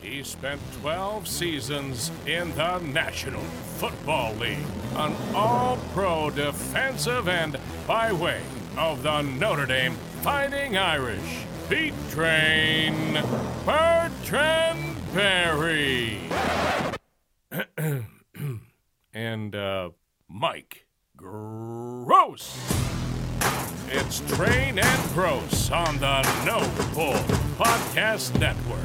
He spent 12 seasons in the National Football League, an all pro defensive end by way of the Notre Dame Fighting Irish. Pete Train, Bertrand Perry. and uh, Mike Gross. It's Train and Gross on the No Bull Podcast Network.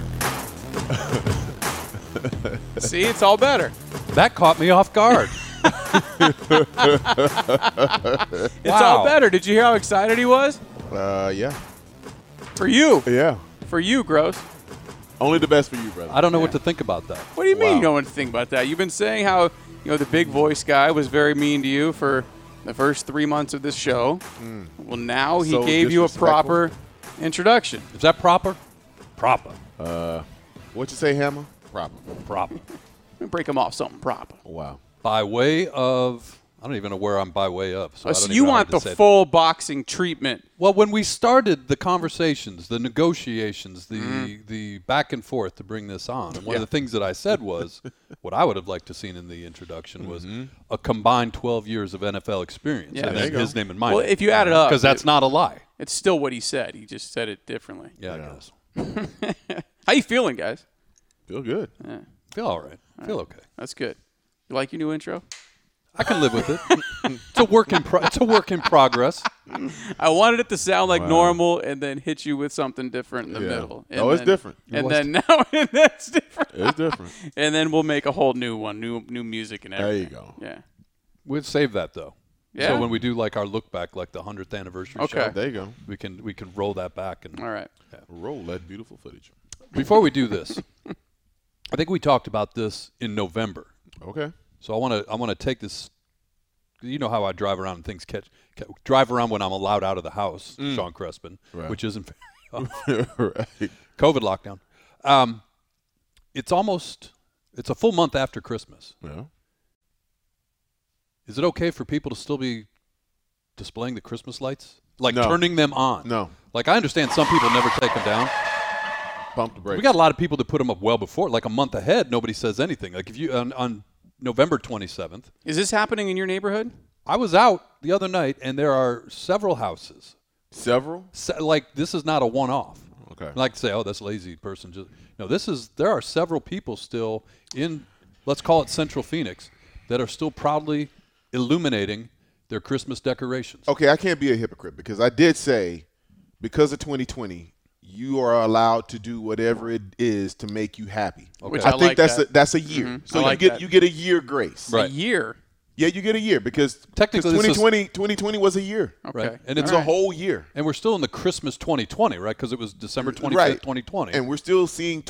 See, it's all better. That caught me off guard. It's all Wow. better. Did you hear how excited he was? Uh, yeah, For you. yeah. For you, Gross. Only the best for you, brother. I don't know what to think about that. What do you mean Wow. you know anything about that? You've been saying how, you know, the big voice guy was very mean to you for the first three months of this show. Hmm. Well, now he So gave you a disrespectful. proper introduction. Is that proper? Proper. What you say, Hammer? Problem. Proper. Break him off something proper. Oh, Wow. by way of, I don't even know where I'm by way of. So, I Oh, so don't you even know how want to the say it. full boxing treatment. Well, when we started the conversations, the negotiations, the Mm-hmm. the back and forth to bring this on, and one of the things that I said was, what I would have liked to seen in the introduction was a combined 12 years of NFL experience, Mm-hmm. Yeah. and There then you his name and mine. Well, if you add it up, because that's not a lie. It's still what he said. He just said it differently. Yeah, I guess. How you feeling, guys? Feel good. Feel all right. Feel okay. That's good. You like your new intro? I can live with it. it's a work in pro- it's a work in progress. I wanted it to sound like normal and then hit you with something different in the Yeah. middle. And No, it's then- different. It And was then now that's different. It's different. And then we'll make a whole new one, new new music and there everything. you go. Yeah. We'll save that though. Yeah? So when we do like our look back, like the hundredth anniversary Okay. show, There you go. we can we can roll that back and All right. Roll that beautiful footage. Before we do this, I think we talked about this in November. Okay. So I want to I want to take this. You know how I drive around and things catch, ca- drive around when I'm allowed out of the house, Mm. Sean Crespin, which isn't very often. right. COVID lockdown. Um, it's almost it's a full month after Christmas. Yeah. Is it okay for people to still be displaying the Christmas lights, like No. turning them on? No. Like I understand some people never take them down. Pump the brakes. We got a lot of people that put them up well before, like a month ahead. Nobody says anything. Like if you on, on November 27th, Is this happening in your neighborhood? I was out the other night, and there are several houses. several. Se- like this is not a one-off. Okay. Like to say, oh, that's lazy person. Just no. This is there are several people still in, let's call it Central Phoenix, that are still proudly illuminating their Christmas decorations. Okay, I can't be a hypocrite because I did say, because of 2020, you are allowed to do whatever it is to make you happy. Which I, I think like that's that. a, that's a year. So I you like get that. you get a year grace. Right. A year. Yeah, you get a year because 'cause Technically, this is- 2020 2020 was a year. Right. Okay. And it's It's a a whole. whole year. And we're still in the Christmas 2020, right? Because it was December 25th, Uh, Right. 2020. And we're still seeing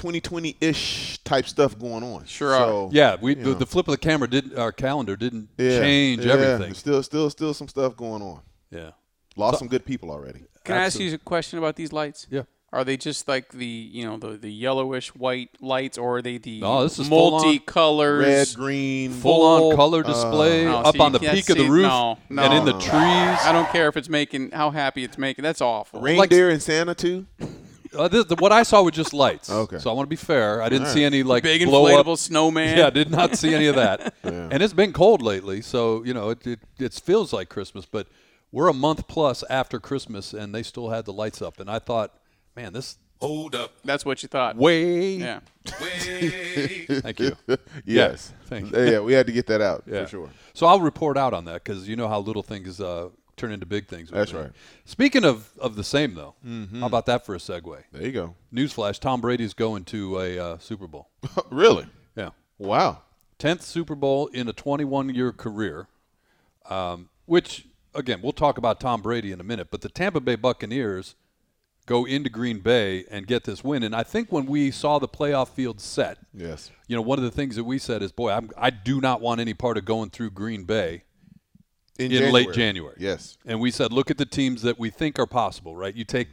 2020-ish type stuff going on. Sure are. So, yeah, we the, the flip of the camera didn't our calendar didn't yeah, change yeah, everything. Still, still, still some stuff going on. Yeah. Lost some good people already. Can I ask you a question about these lights? Yeah. Are they just like the you know the, the yellowish white lights, or are they the No, this is full-on multicolors? Red, green, full Full- uh, on color display No, up see, on the you can't peak of the see- roof no, no. and in the trees. I don't care if it's making how happy it's making. That's awful. reindeer and Santa too. Uh, this, the, what I saw was just lights. Okay. So I want to be fair. I didn't see any like Big blow up- inflatable snowman. Yeah, I did not see any of that. And it's been cold lately, so you know it, it it feels like Christmas. But we're a month plus after Christmas, and they still had the lights up. And I thought, man, this Hold up. That's what you thought. way. Yeah. Wait. Thank you. Yes. Uh, thank yeah, we had to get that out Yeah. for sure. So I'll report out on that because you know how little things uh, turn into big things. with That's me. right. Speaking of of the same though, Mm-hmm. how about that for a segue? There you go. Newsflash: Tom Brady's going to a uh, Super Bowl. really? Yeah. Wow. 10th Super Bowl in a 21 year career, um, which, again, we'll talk about Tom Brady in a minute, but the Tampa Bay Buccaneers go into Green Bay and get this win. And I think when we saw the playoff field set, Yes. you know, one of the things that we said is, boy, I'm, I do not want any part of going through Green Bay in late January. Yes. And we said, look at the teams that we think are possible, right? You take.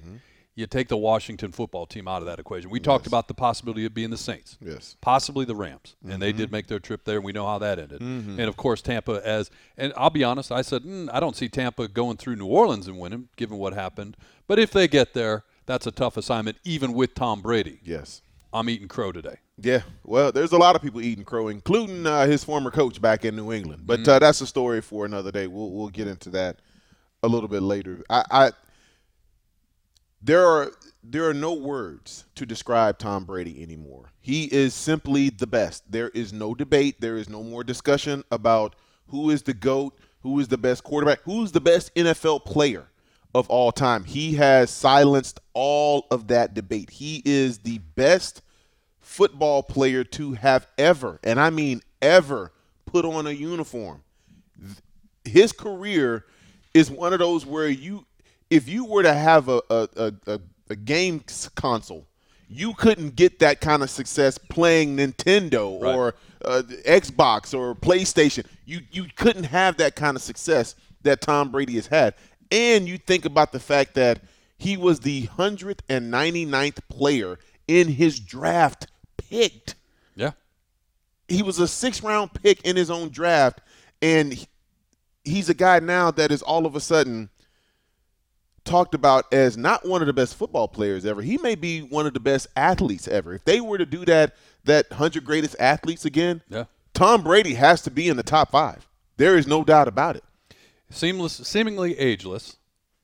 You take the Washington football team out of that equation. We talked about the possibility of being the Saints Yes. possibly the Rams, and they did make their trip there, and we know how that ended. And of course, Tampa as and I'll be honest, I said mm, I don't see Tampa going through New Orleans and winning, given what happened. But if they get there, that's a tough assignment, even with Tom Brady. Yes. I'm eating crow today. Yeah, well, there's a lot of people eating crow, including uh, his former coach back in New England. But uh, that's a story for another day. We'll we'll get into that a little bit later. I, I there are there are no words to describe Tom Brady anymore. He is simply the best. There is no debate. There is no more discussion about who is the goat, who is the best quarterback, who's the best NFL player of all time. He has silenced all of that debate. He is the best football player to have ever, and I mean ever, put on a uniform. His career is one of those where you, if you were to have a a, a, a, a game console, you couldn't get that kind of success playing Nintendo or uh, Xbox or PlayStation. You you couldn't have that kind of success that Tom Brady has had. And you think about the fact that he was the 199th player in his draft picked. Yeah. He was a six round pick in his own draft, and he- he's a guy now that is all of a sudden talked about as not one of the best football players ever. He may be one of the best athletes ever. If they were to do that, that 100 greatest athletes again, Yeah. Tom Brady has to be in the top five. There is no doubt about it. seamless, seemingly ageless,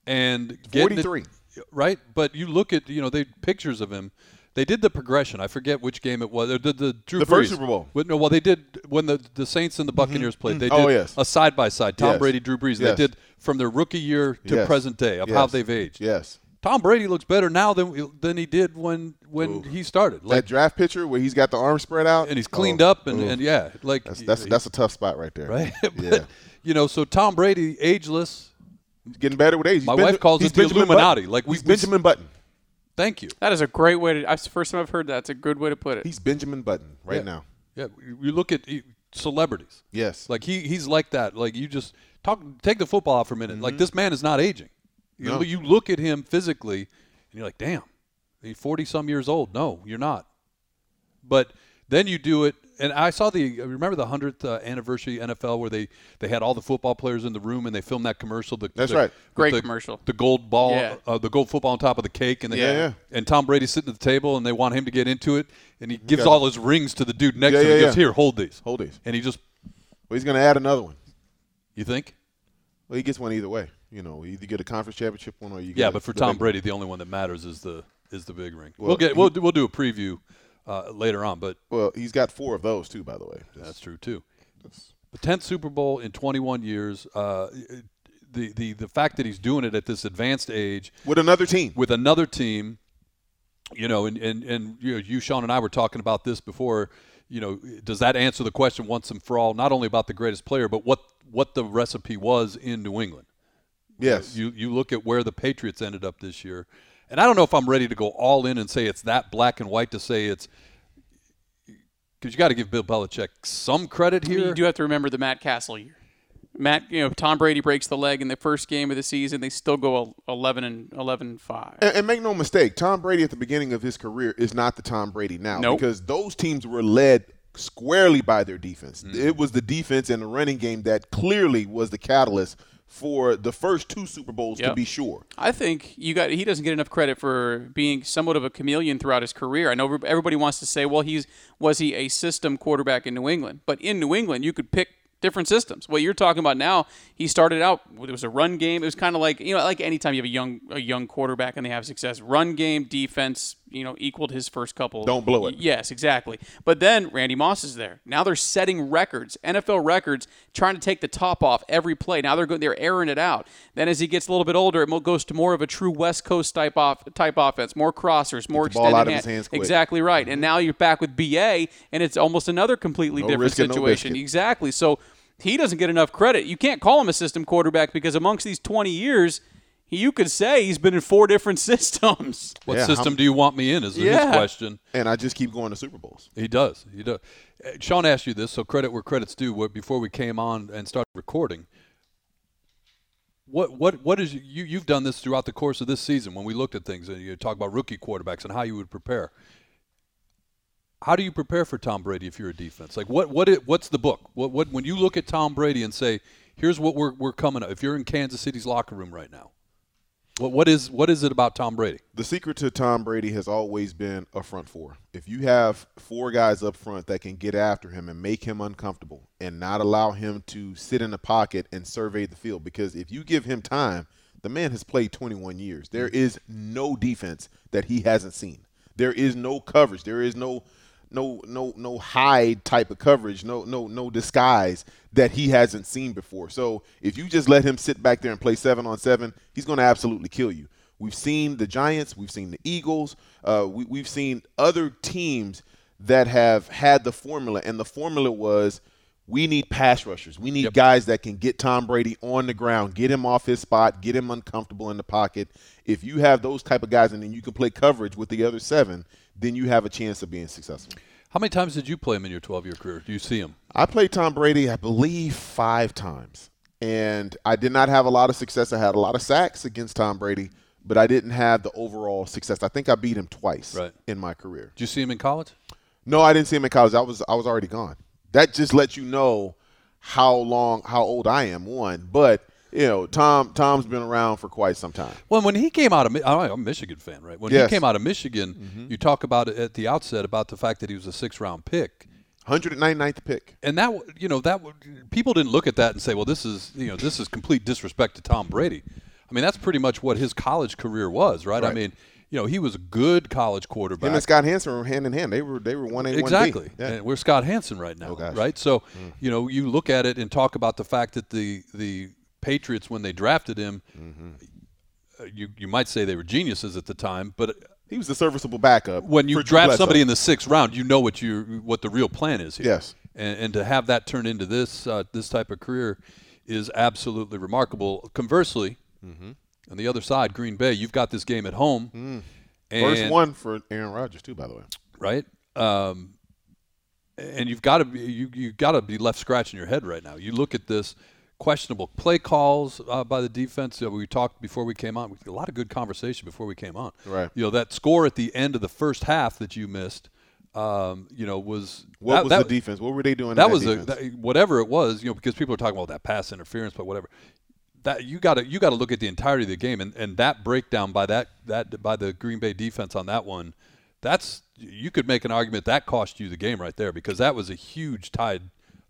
and getting it- 43. right? But you look at you know they pictures of him. They did the progression. I forget which game it was. They did the Drew The first Brees. Super Bowl. Mm-hmm. Well, no, well they did when the, the Saints and the Buccaneers played. They did Oh, yes. a side by side. Tom Yes. Brady, Drew Brees. Yes. They did from their rookie year to Yes. present day of how Yes. they've aged. Yes. Tom Brady looks better now than than he did when when he started. That Like draft picture where he's got the arm spread out and he's oh, cleaned up and, and yeah, like That's, that's that's a tough spot right there. right. but, Yeah. You know, so Tom Brady ageless. He's getting better with age. He's My Benja- wife calls he's it the Benjamin Illuminati. Button. Like, we- he's we s- Benjamin Button. Thank you. That is a great way to. That's the first time I've heard that. It's a good way to put it. He's Benjamin Button right Yeah. now. Yeah, you you look at you- celebrities. Yes. like he he's like that. Like you just talk, take the football off for a minute. Mm-hmm. Like this man is not aging. You, No. you look at him physically, and you're like, damn, he's forty some years old. No, you're not. But then you do it, and I saw the remember the hundredth uh, anniversary NFL where they they had all the football players in the room and they filmed that commercial. The, That's the- right. with Great the- commercial. The gold ball, Yeah. uh, the gold football on top of the cake, and they, Yeah, yeah. and Tom Brady's sitting at the table, and they want him to get into it, and he gives all his rings to the dude next Yeah, to him. yeah, he goes, yeah. "Here, hold these." Hold these. And he just, Well, he's going to add another one. you think? Well, he gets one either way. You know, you either get a conference championship one or you. Yeah, get but for the Tom big- Brady, the only one that matters is the is the big ring. We'll, Well, get we'll do, we'll do a preview uh, later on, but Well, he's got four of those too, by the way. that's true too. The tenth Super Bowl in 21 years. Uh, the the the fact that he's doing it at this advanced age With another team. with another team, you know, and and and you, know, you Sean and I were talking about this before. You know, does that answer the question once and for all? Not only about the greatest player, but what what the recipe was in New England. yes. You you look at where the Patriots ended up this year, and I don't know if I'm ready to go all in and say it's that black and white to say it's because you got to give Bill Belichick some credit I mean, here. You do have to remember the Matt Castle year. Matt, you know, Tom Brady breaks the leg in the first game of the season. They still go 11 and 11 5. and, and make no mistake, Tom Brady at the beginning of his career is not the Tom Brady now Nope. because those teams were led squarely by their defense. Mm-hmm. It was the defense and the running game that clearly was the catalyst for the first two Super Bowls to Yep. be sure. I think you got he doesn't get enough credit for being somewhat of a chameleon throughout his career. I know everybody wants to say, well, he's was he a system quarterback in New England? But in New England, you could pick different systems. What you're talking about now, he started out it was a run game. It was kind of like, you know, like anytime you have a young a young quarterback and they have success, run game, defense, you know, equaled his first couple. Don't blow it. Yes, exactly. But then Randy Moss is there. Now they're setting records, NFL records, trying to take the top off every play. Now they're go- they're airing it out. Then as he gets a little bit older, it mo- goes to more of a true West Coast type off type offense, more crossers, more the ball extended out of hand- his hands quick. Mm-hmm. Exactly right. And now you're back with BA, and it's almost another completely No different risk and no situation. biscuit. exactly. So he doesn't get enough credit. You can't call him a system quarterback because amongst these 20 years. You could say he's been in four different systems. what Yeah, system I'm- do you want me in? Is his Yeah. question. And I just keep going to Super Bowls. He does. He does. Uh, Sean asked you this, so credit where credit's due. What before we came on and started recording, what what what is you you've done this throughout the course of this season when we looked at things and you talk about rookie quarterbacks and how you would prepare. How do you prepare for Tom Brady if you're a defense? Like what what it, what's the book? What what when you look at Tom Brady and say, here's what we're we're coming up. If you're in Kansas City's locker room right now, What what is what is it about Tom Brady? the secret to Tom Brady has always been a front four. If you have four guys up front that can get after him and make him uncomfortable and not allow him to sit in the pocket and survey the field, because if you give him time, the man has played 21 years. There is no defense that he hasn't seen. There is no coverage. There is no no no no hide type of coverage, no no no disguise that he hasn't seen before. So if you just let him sit back there and play seven on seven, he's going to absolutely kill you. We've seen the Giants, we've seen the Eagles, uh, we, we've seen other teams that have had the formula, and the formula was we need pass rushers. We need guys that can get Tom Brady on the ground, get him off his spot, get him uncomfortable in the pocket. If you have those type of guys, and then you can play coverage with the other seven, then you have a chance of being successful. How many times did you play him in your 12 year career? Do you see him? I played Tom Brady, I believe, five times. And I did not have a lot of success. I had a lot of sacks against Tom Brady, but I didn't have the overall success. I think I beat him twice Right. in my career. Did you see him in college? No, I didn't see him in college. I was I was already gone. That just lets you know how long how old I am, one. But, you know, Tom Tom's been around for quite some time. Well, when he came out of, Mi- I'm a Michigan fan, right? When Yes. Mm-hmm. he came out of Michigan, you talk about it at the outset about the fact that he was a six round pick, 199th pick. and that w- you know that w- people didn't look at that and say, well, this is you know this is complete disrespect to Tom Brady. I mean, that's pretty much what his college career was, right? I Right. mean, you know, he was a good college quarterback. Him and Scott Hansen were hand in hand. They were they were one A, Exactly. one B. Yeah. Oh, And we're Scott Hansen right now, gosh. Mm. right? So, you know, you look at it and talk about the fact that the the Patriots when they drafted him, Mm-hmm. uh, you you might say they were geniuses at the time, but He was a serviceable backup. when you for Drew draft Bledsoe. somebody in the sixth round, you know what you what the real plan is here. Yes. And, and to have that turn into this uh, this type of career is absolutely remarkable. Conversely, Mm-hmm. on the other side, Green Bay, you've got this game at home. And Mm. First one for Aaron Rodgers too, by the way. right? Um, and you've got to be you you got to be left scratching your head right now. You look at this questionable play calls uh, by the defense. Uh, we talked before we came on. We had a lot of good conversation before we came on. Right. You know that score at the end of the first half that you missed. Um, you know was What that, was that- the defense? What were they doing? in That was a defense? that, whatever it was. You know because people are talking about that pass interference, but whatever. That you got to you got to look at the entirety of the game and, and that breakdown by that that by the Green Bay defense on that one. That's you could make an argument that cost you the game right there because that was a huge tide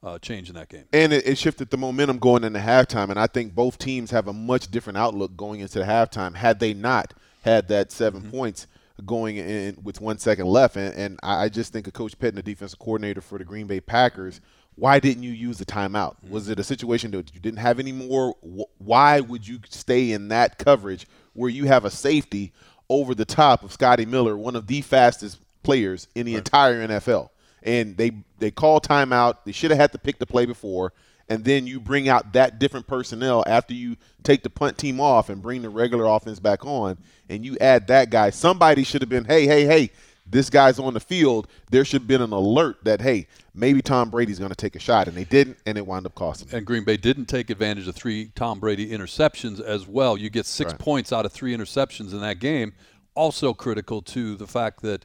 uh, change in that game. and it, it shifted the momentum going into halftime. And I think both teams have a much different outlook going into the halftime. Had they not had that 7 points going in with one second left, and, and I I just think a coach Pettin, the defensive coordinator for the Green Bay Packers, why didn't you use the timeout? Was it a situation that you didn't have any more? Wh- Why would you stay in that coverage where you have a safety over the top of Scotty Miller, one of the fastest players in the entire NFL? and they they call timeout. They should have had to pick the play before, and then you bring out that different personnel after you take the punt team off and bring the regular offense back on, and you add that guy. Somebody should have been, hey, hey, hey, this guy's on the field. There should have been an alert that, hey, maybe Tom Brady's going to take a shot, and they didn't, and it wound up costing. them. And Green Bay didn't take advantage of three Tom Brady interceptions as well. You get six points out of three interceptions in that game. Also critical to the fact that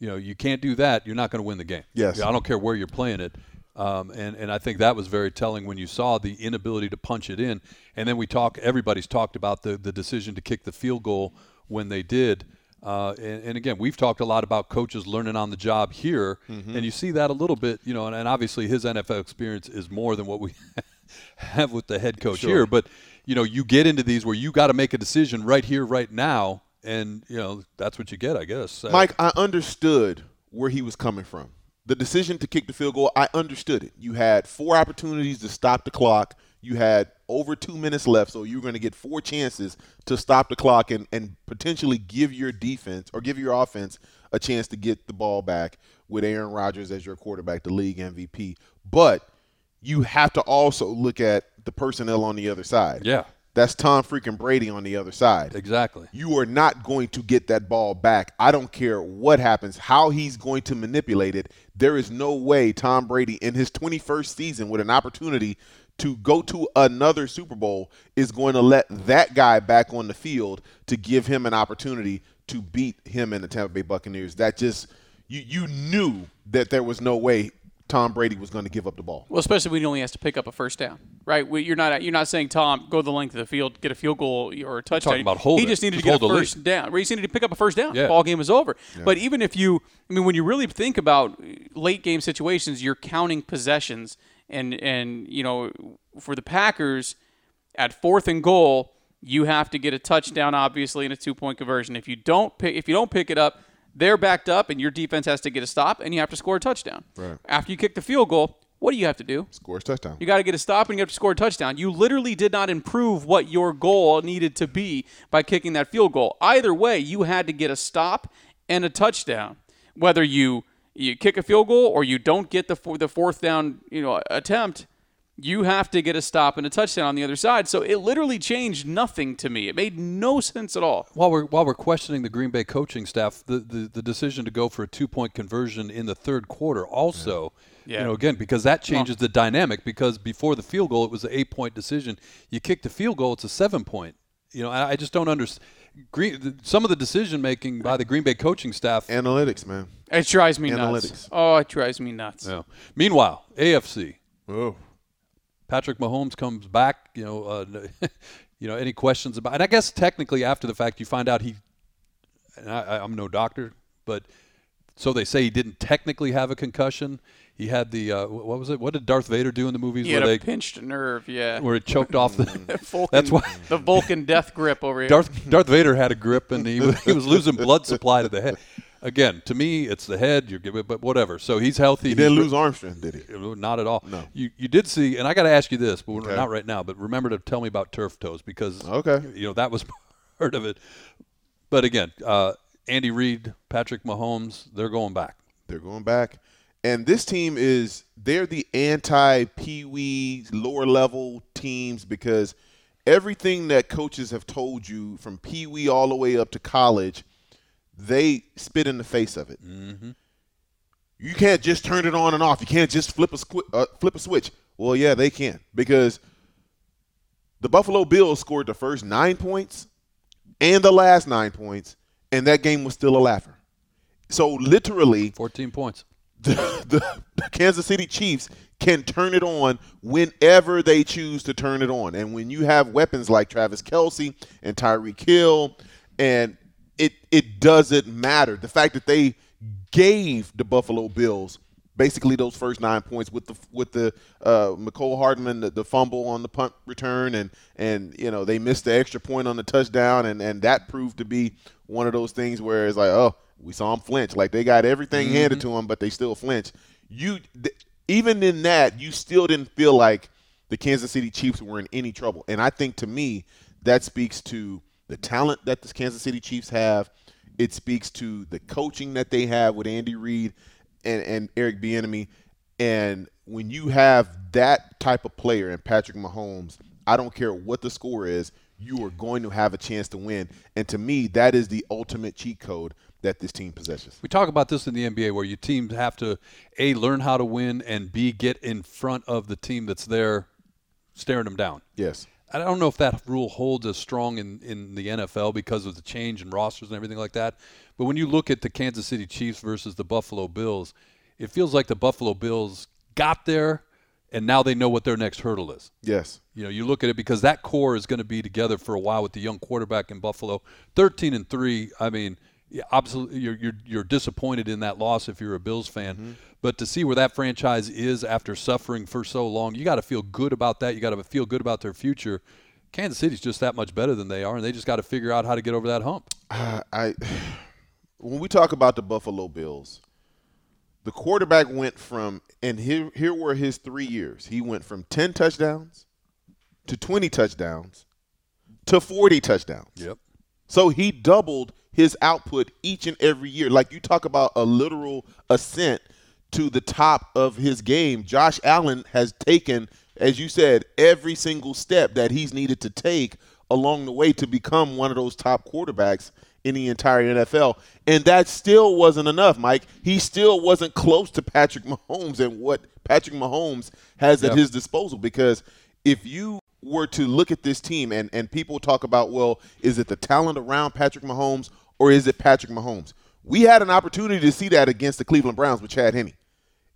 you know you can't do that. You're not going to win the game. Yes. I don't care where you're playing it. Um, and and I think that was very telling when you saw the inability to punch it in. And then we talk. Everybody's talked about the the decision to kick the field goal when they did. Uh, and, and again, we've talked a lot about coaches learning on the job here, and you see that a little bit, you know. And, and obviously, his NFL experience is more than what we have with the head coach here. But you know, you get into these where you got to make a decision right here, right now, and you know that's what you get, I guess. Uh, Mike, I understood where he was coming from. The decision to kick the field goal, I understood it. You had four opportunities to stop the clock. You had over two minutes left, so you were going to get four chances to stop the clock and, and potentially give your defense or give your offense a chance to get the ball back with Aaron Rodgers as your quarterback, the league MVP. But you have to also look at the personnel on the other side. Yeah. That's Tom freaking Brady on the other side exactly. you are not going to get that ball back. I don't care what happens, how he's going to manipulate it. There is no way Tom Brady, in his 21st season, with an opportunity to go to another Super Bowl, is going to let that guy back on the field to give him an opportunity to beat him in the Tampa Bay Buccaneers. That just, you, you knew that there was no way Tom Brady was going to give up the ball. Well, especially when he only has to pick up a first down, right? We, you're not you're not saying Tom go the length of the field, get a field goal or a touchdown. about hold he it. just needed Just to get a hold the first down. He just needed to pick up a first down. Yeah. Ball game is over. But even if you, I mean, when you really think about late game situations, you're counting possessions, and and you know, for the Packers, at fourth and goal, you have to get a touchdown, obviously, and a two point conversion. If you don't pick, if you don't pick it up, they're backed up, and your defense has to get a stop, and you have to score a touchdown. Right. After you kick the field goal, what do you have to do? Scores touchdown. You got to get a stop, and you have to score a touchdown. You literally did not improve what your goal needed to be by kicking that field goal. Either way, you had to get a stop and a touchdown. Whether you you kick a field goal or you don't get the four, the fourth down, you know, attempt, you have to get a stop and a touchdown on the other side. So it literally changed nothing to me. It made no sense at all. While we're while we're questioning the Green Bay coaching staff, the, the, the decision to go for a two point conversion in the third quarter also, Yeah. you know, again because that changes the dynamic. Because before the field goal, it was an eight point decision. You kick the field goal, it's a seven point. You know, I, I just don't understand. Green, the, some of the decision making by the Green Bay coaching staff. Analytics, man. It drives me nuts. Analytics. Oh, it drives me nuts. Yeah. Meanwhile, AFC Oh. Patrick Mahomes comes back. You know, uh, you know, any questions about? And I guess technically, after the fact, you find out he. And I, I- I'm no doctor, but so they say he didn't technically have a concussion. He had the uh, wh- what was it? What did Darth Vader do in the movies He where had a they pinched nerve. Yeah. where it choked off the? Vulcan, That's why the Vulcan death grip over here. Darth Darth Vader had a grip and he was, he was losing blood supply to the head. Again, to me, it's the head. You're giving, but whatever. So he's healthy. He didn't he's- lose arm strength, did he? not at all. No. You you did see, and I got to ask you this, but we're Okay. not right now. But remember to tell me about turf toes because Okay. you know that was part of it. But again, uh, Andy Reid, Patrick Mahomes, they're going back. They're going back. And this team is they're the anti Pee Wee lower level teams because everything that coaches have told you from Pee Wee all the way up to college, they spit in the face of it. You can't just turn it on and off. You can't just flip a squi- uh, flip a switch. Well, yeah, they can because the Buffalo Bills scored the first nine points and the last nine points, and that game was still a laugher. So literally, Fourteen points. the, the, the Kansas City Chiefs can turn it on whenever they choose to turn it on. And when you have weapons like Travis Kelsey and Tyreek Hill, and it it doesn't matter. The fact that they gave the Buffalo Bills basically those first nine points with the with the uh, McCole Hardman the, the fumble on the punt return and and you know they missed the extra point on the touchdown and and that proved to be one of those things where it's like oh we saw them flinch like they got everything handed to them but they still flinch you th- even in that you still didn't feel like the Kansas City Chiefs were in any trouble and I think to me that speaks to the talent that the Kansas City Chiefs have it speaks to the coaching that they have with Andy Reid and, and Eric Bieniemy. And when you have that type of player and Patrick Mahomes, I don't care what the score is, you are going to have a chance to win. And to me, that is the ultimate cheat code that this team possesses. We talk about this in the NBA where your teams have to a learn how to win and b get in front of the team that's there, staring them down. Yes. I don't know if that rule holds as strong in, in the NFL because of the change in rosters and everything like that. But when you look at the Kansas City Chiefs versus the Buffalo Bills, it feels like the Buffalo Bills got there and now they know what their next hurdle is. Yes. You know, you look at it because that core is going to be together for a while with the young quarterback in Buffalo. 13 and 3, I mean, yeah, absolutely you're, you're you're disappointed in that loss if you're a Bills fan. But to see where that franchise is after suffering for so long, you got to feel good about that. You got to feel good about their future. Kansas City's just that much better than they are and they just got to figure out how to get over that hump. I, I when we talk about the Buffalo Bills, the quarterback went from and here here were his three years. He went from ten touchdowns to twenty touchdowns to forty touchdowns. Yep. So he doubled his output each and every year. Like you talk about a literal ascent to the top of his game. Josh Allen has taken, as you said, every single step that he's needed to take along the way to become one of those top quarterbacks in the entire NFL. And that still wasn't enough, Mike. He still wasn't close to Patrick Mahomes and what Patrick Mahomes has at Yeah. his disposal because if you were to look at this team and, and people talk about, well, is it the talent around Patrick Mahomes or is it Patrick Mahomes? We had an opportunity to see that against the Cleveland Browns with Chad Henney.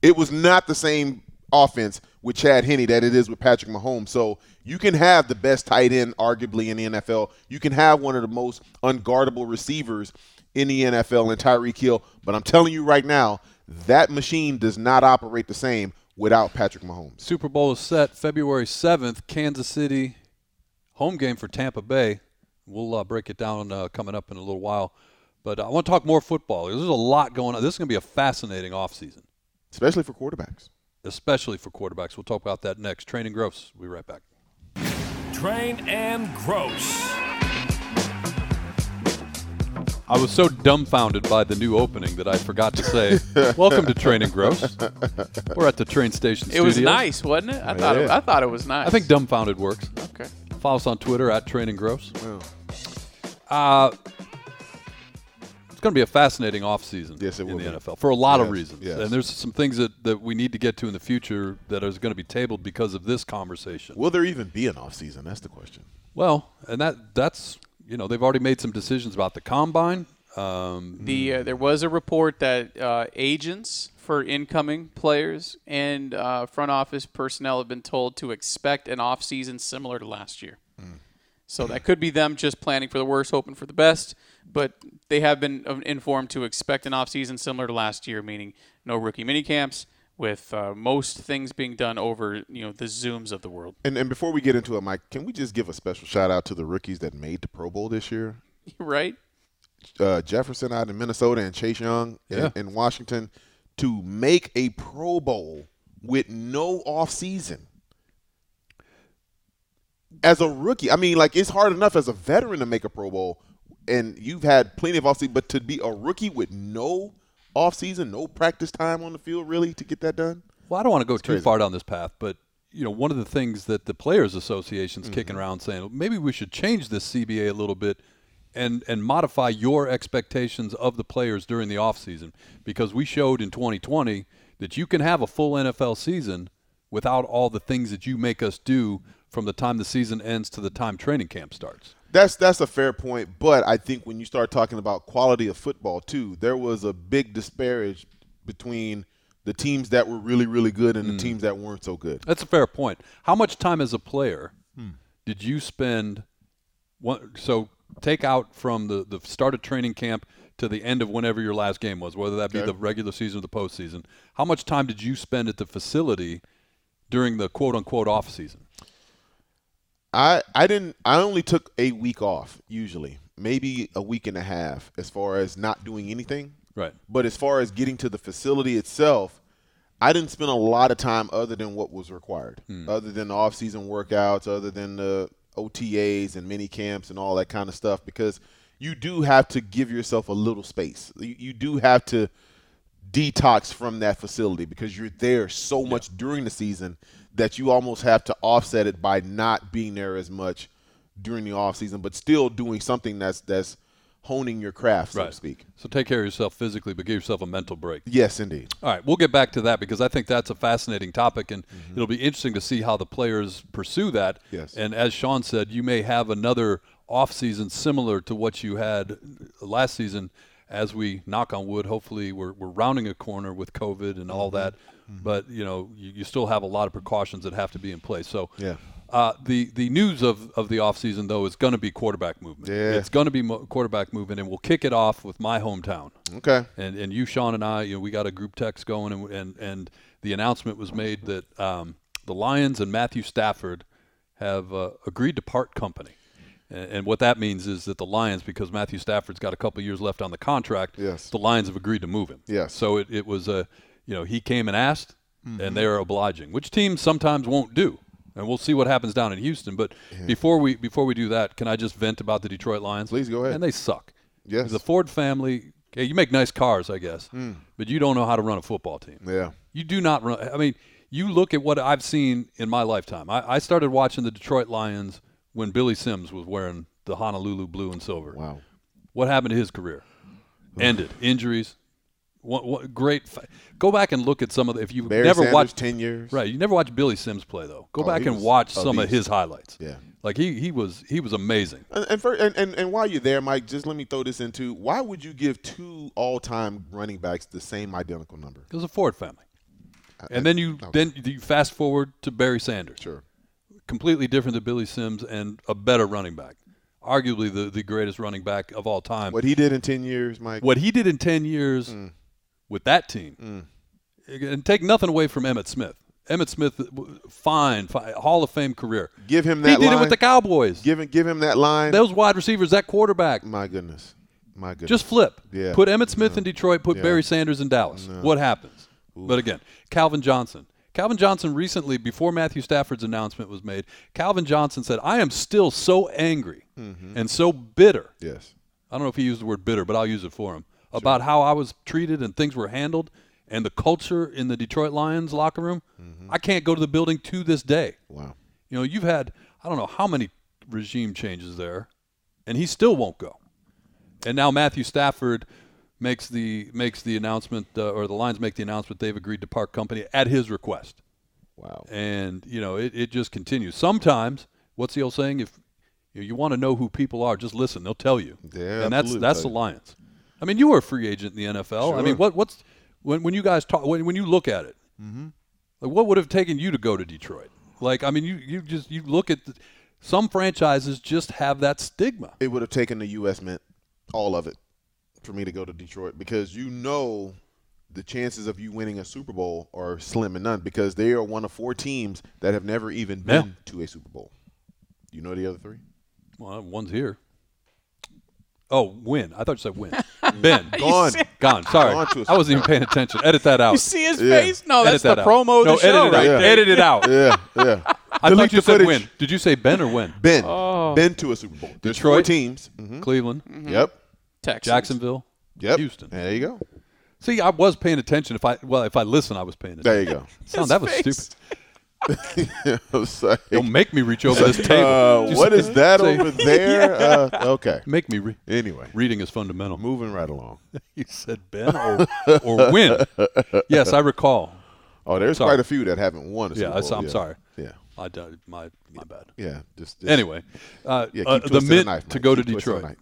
It was not the same offense with Chad Henney that it is with Patrick Mahomes. So you can have the best tight end, arguably, in the NFL. You can have one of the most unguardable receivers in the NFL in Tyreek Hill. But I'm telling you right now, that machine does not operate the same without Patrick Mahomes. Super Bowl is set February 7th, Kansas City, home game for Tampa Bay. We'll uh, break it down uh, coming up in a little while. But I want to talk more football. There's a lot going on. This is going to be a fascinating offseason, especially for quarterbacks. especially for quarterbacks. We'll talk about that next. Training Gross. We'll be right back. Train and gross. I was so dumbfounded by the new opening that I forgot to say, "Welcome to Train and Gross." We're at the train station. It was studio. nice, wasn't it? I thought it, I thought it was nice. I think dumbfounded works. okay. Follow us on Twitter at Train and Gross. Uh, Well, It's going to be a fascinating offseason Yes, it in will the be. NFL for a lot of Yes, reasons. yes. And there's some things that, that we need to get to in the future that is going to be tabled because of this conversation. will there even be an offseason? That's the question. Well, and that that's, you know, they've already made some decisions about the combine. Um, The uh, there was a report that uh, agents for incoming players and uh, front office personnel have been told to expect an offseason similar to last year. Hmm. So that could be them just planning for the worst, hoping for the best. But they have been uh, informed to expect an offseason similar to last year, meaning no rookie minicamps, with uh, most things being done over you know the zooms of the world. And, and before we get into it, Mike, can we just give a special shout out to the rookies that made the Pro Bowl this year? right? uh, Jefferson out in Minnesota and Chase Young in- Yeah. in, Washington to make a Pro Bowl with no offseason. As a rookie, I mean, like it's hard enough as a veteran to make a Pro Bowl, and you've had plenty of offseason, but to be a rookie with no offseason, no practice time on the field, really, to get that done. Well, I don't want to go too far down this path, but you know, one of the things that the players' association's kicking around saying maybe we should change this CBA a little bit and and modify your expectations of the players during the offseason because we showed in 2020 that you can have a full NFL season without all the things that you make us do from the time the season ends to the time training camp starts. That's that's a fair point, but I think when you start talking about quality of football too, there was a big disparage between the teams that were really really good and the teams that weren't so good. That's a fair point. How much time as a player did you spend? One, so take out from the, the start of training camp to the end of whenever your last game was, whether that be the regular season or the postseason. How much time did you spend at the facility during the quote unquote off season? I I didn't I only took a week off usually, maybe a week and a half as far as not doing anything. Right. But as far as getting to the facility itself, I didn't spend a lot of time other than what was required, other than the off-season workouts, other than the OTAs and mini camps and all that kind of stuff, because you do have to give yourself a little space. You, you do have to detox from that facility because you're there so much during the season that you almost have to offset it by not being there as much during the off season, but still doing something that's that's honing your craft, so to speak. So take care of yourself physically, but give yourself a mental break. Yes, indeed. All right, we'll get back to that because I think that's a fascinating topic, and it'll be interesting to see how the players pursue that. Mm-hmm. Yes. And as Sean said, you may have another offseason similar to what you had last season. As we knock on wood, hopefully we're, we're rounding a corner with COVID and Mm-hmm. all that, but you know you, you still have a lot of precautions that have to be in place. So Yeah. uh, the the news of, of the offseason though is going to be quarterback movement. Yeah. It's going to be mo- quarterback movement, and we'll kick it off with my hometown Okay. and and you, Sean, and I, you know, we got a group text going, and and, and the announcement was made that um, the Lions and Matthew Stafford have uh, agreed to part company. And, and what that means is that the Lions, because Matthew Stafford's got a couple years left on the contract, Yes. the Lions have agreed to move him. Yes. So it, it was a, you know, he came and asked, Mm-hmm. and they are obliging, which teams sometimes won't do. And we'll see what happens down in Houston. But before we before we do that, can I just vent about the Detroit Lions? Please go ahead. And they suck. Yes. The Ford family, okay, you make nice cars, I guess, but you don't know how to run a football team. Hmm. Yeah. You do not run. I mean, you look at what I've seen in my lifetime. I, I started watching the Detroit Lions when Billy Sims was wearing the Honolulu blue and silver. Wow. What happened to his career? Ended. Injuries. What, what great. Fa- Go back and look at some of the. If you've Barry never Sanders, watched. 10 years. Right. You never watched Billy Sims play, though. Go Oh, back he and was watch a some of beast. his highlights. Yeah. Like, he, he was he was amazing. And and, for, and and and while you're there, Mike, just let me throw this into why would you give two all-time running backs the same identical number? It was a Ford family. And then you then you fast forward to Barry Sanders. Uh, oh. Sure. Completely different than Billy Sims and a better running back. Arguably the, the greatest running back of all time. What Mm. he did in ten years, Mike. What he did in 10 years with that team. Mm. And take nothing away from Emmett Smith. Emmett Smith, uh, w- fine, fine Hall of Fame career. Give him He that did it line. with the Cowboys. Give him, give him that line. Those wide receivers, that quarterback. my goodness, my goodness. Just flip. Yeah. Put Emmett Smith in Detroit. Put Barry Sanders in Dallas. What happens? But again, Calvin Johnson. Calvin Johnson recently, before Matthew Stafford's announcement was made, Calvin Johnson said, "I am still so angry Mm-hmm. and so bitter." yes. I don't know if he used the word bitter, but I'll use it for him about how I was treated and things were handled and the culture in the Detroit Lions locker room. Mm-hmm. I can't go to the building to this day. Wow. You know, you've had I don't know how many regime changes there, and he still won't go. And now Matthew Stafford makes the makes the announcement, uh, or the Lions make the announcement they've agreed to part company at his request. Wow. And you know, it, it just continues. Sometimes, what's the old saying? If you, you want to know who people are, just listen. They'll tell you. Yeah, and that's absolutely. that's the Lions. I mean, you were a free agent in the NFL. I mean, what what's when when you guys talk when, when you look at it, Mm-hmm. like what would have taken you to go to Detroit? Like, I mean, you you just you look at the, some franchises just have that stigma. It would have taken the U.S. Mint, all of it, for me to go to Detroit because you know the chances of you winning a Super Bowl are slim and none because they are one of four teams that have never even been Yeah. to a Super Bowl. You know the other three? Well, one's here. Oh, win! I thought you said win. Ben, Gone. gone. Sorry, Gone to a I wasn't even paying attention. Edit that out. You see his Yeah. face? No, Edit Oh, that's the that out. promo of no, the show. edit it right out. there. Edit it out. Yeah, yeah. I Delete thought you said the footage. win. Did you say Ben or win? Been, been to a Super Bowl. There's four Oh. Detroit. teams. Mhm. Cleveland, Yep, Texans. Jacksonville, yep. Houston. There you go. See, I was paying attention. If I well, if I listen, I was paying There attention. you go. Sound, that was face. stupid. I was like, Don't make me reach over this table. uh, Just what is that say- over there? Uh, okay. Make me re- Anyway, reading is fundamental. moving right along. You said Ben or, or win. Yes, I recall. Oh, there's Sorry. quite a few that haven't won. A Yeah, Super I- Bowl. I'm sorry. Yeah, I don't- my my bad. yeah. Just, just- Anyway, uh, yeah, keep uh, twisting the mint knife, to Mike. go Keep to twisting the Detroit,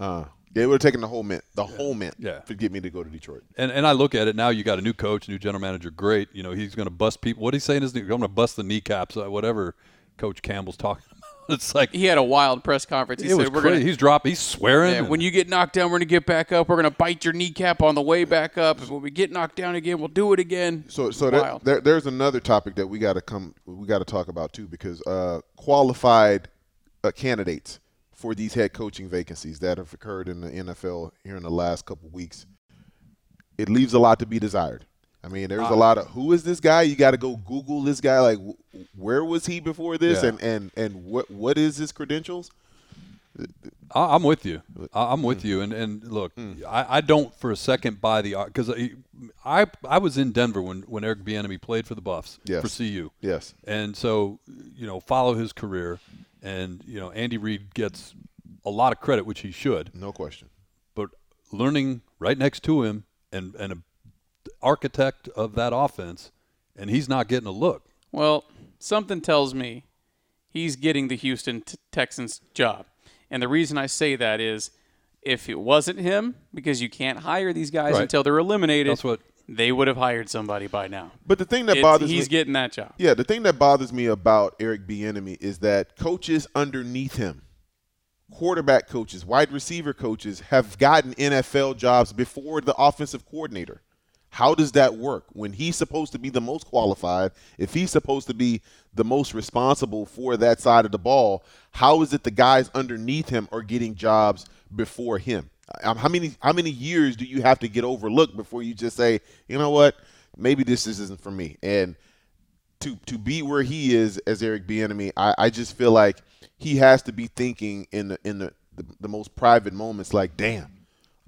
knife. Uh, they would have taken the whole mint, the whole mint, Yeah. to get me to go to Detroit. and and I look at it now. You got a new coach, new general manager. Great, you know he's going to bust people. What he's saying is, I'm going to bust the kneecaps. uh, Whatever Coach Campbell's talking about. It's like He had a wild press conference. He it said, was "We're crazy. gonna he's dropping. He's swearing. Yeah, and- when you get knocked down, we're gonna get back up. We're gonna bite your kneecap on the way back up, and when we get knocked down again, we'll do it again. So, so there, Wild. there, there's another topic that we got to come, we got to talk about too, because uh, qualified uh, candidates for these head coaching vacancies that have occurred in the NFL here in the last couple weeks, it leaves a lot to be desired. I mean, Uh, there's a lot of who is this guy? You got to go Google this guy. Like, wh- where was he before this? Yeah. And and and what what is his credentials? I, I'm with you. I, I'm with you. And and look, I, I don't for a second buy the because I, I I was in Denver when when Eric Bieniemy played for the Buffs Yes. for CU. Yes. And so you know follow his career, and you know Andy Reid gets a lot of credit, which he should. No question. But learning right next to him and and a architect of that offense, and he's not getting a look. Well, something tells me he's getting the Houston t- Texans job. And the reason I say that is if it wasn't him, because you can't hire these guys Right. until they're eliminated, That's what- they would have hired somebody by now. But the thing that It's- bothers me, he's getting that job. Yeah, the thing that bothers me about Eric Bieniemy is that coaches underneath him, quarterback coaches, wide receiver coaches, have gotten NFL jobs before the offensive coordinator. How does that work when he's supposed to be the most qualified? If he's supposed to be the most responsible for that side of the ball, how is it the guys underneath him are getting jobs before him? Um, How many how many years do you have to get overlooked before you just say, you know what, maybe this isn't for me? And to to be where he is as Eric Bieniemy, I, I just feel like he has to be thinking in the in the, the, the most private moments, like, damn,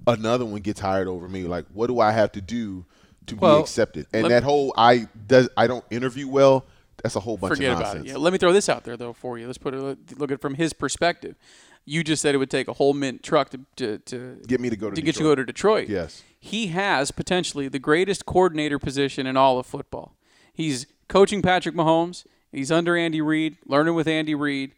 another one gets hired over me. Like, what do I have to do to Well, be accepted? And let- that whole I does I don't interview well. That's a whole bunch Forget of about nonsense. it. Yeah, let me throw this out there though for you. Let's put it look at it from his perspective. You just said it would take a whole mint truck to to, to Get me to go to to get you to go to Detroit. Yes. he has potentially the greatest coordinator position in all of football. He's coaching Patrick Mahomes. He's under Andy Reid, learning with Andy Reid.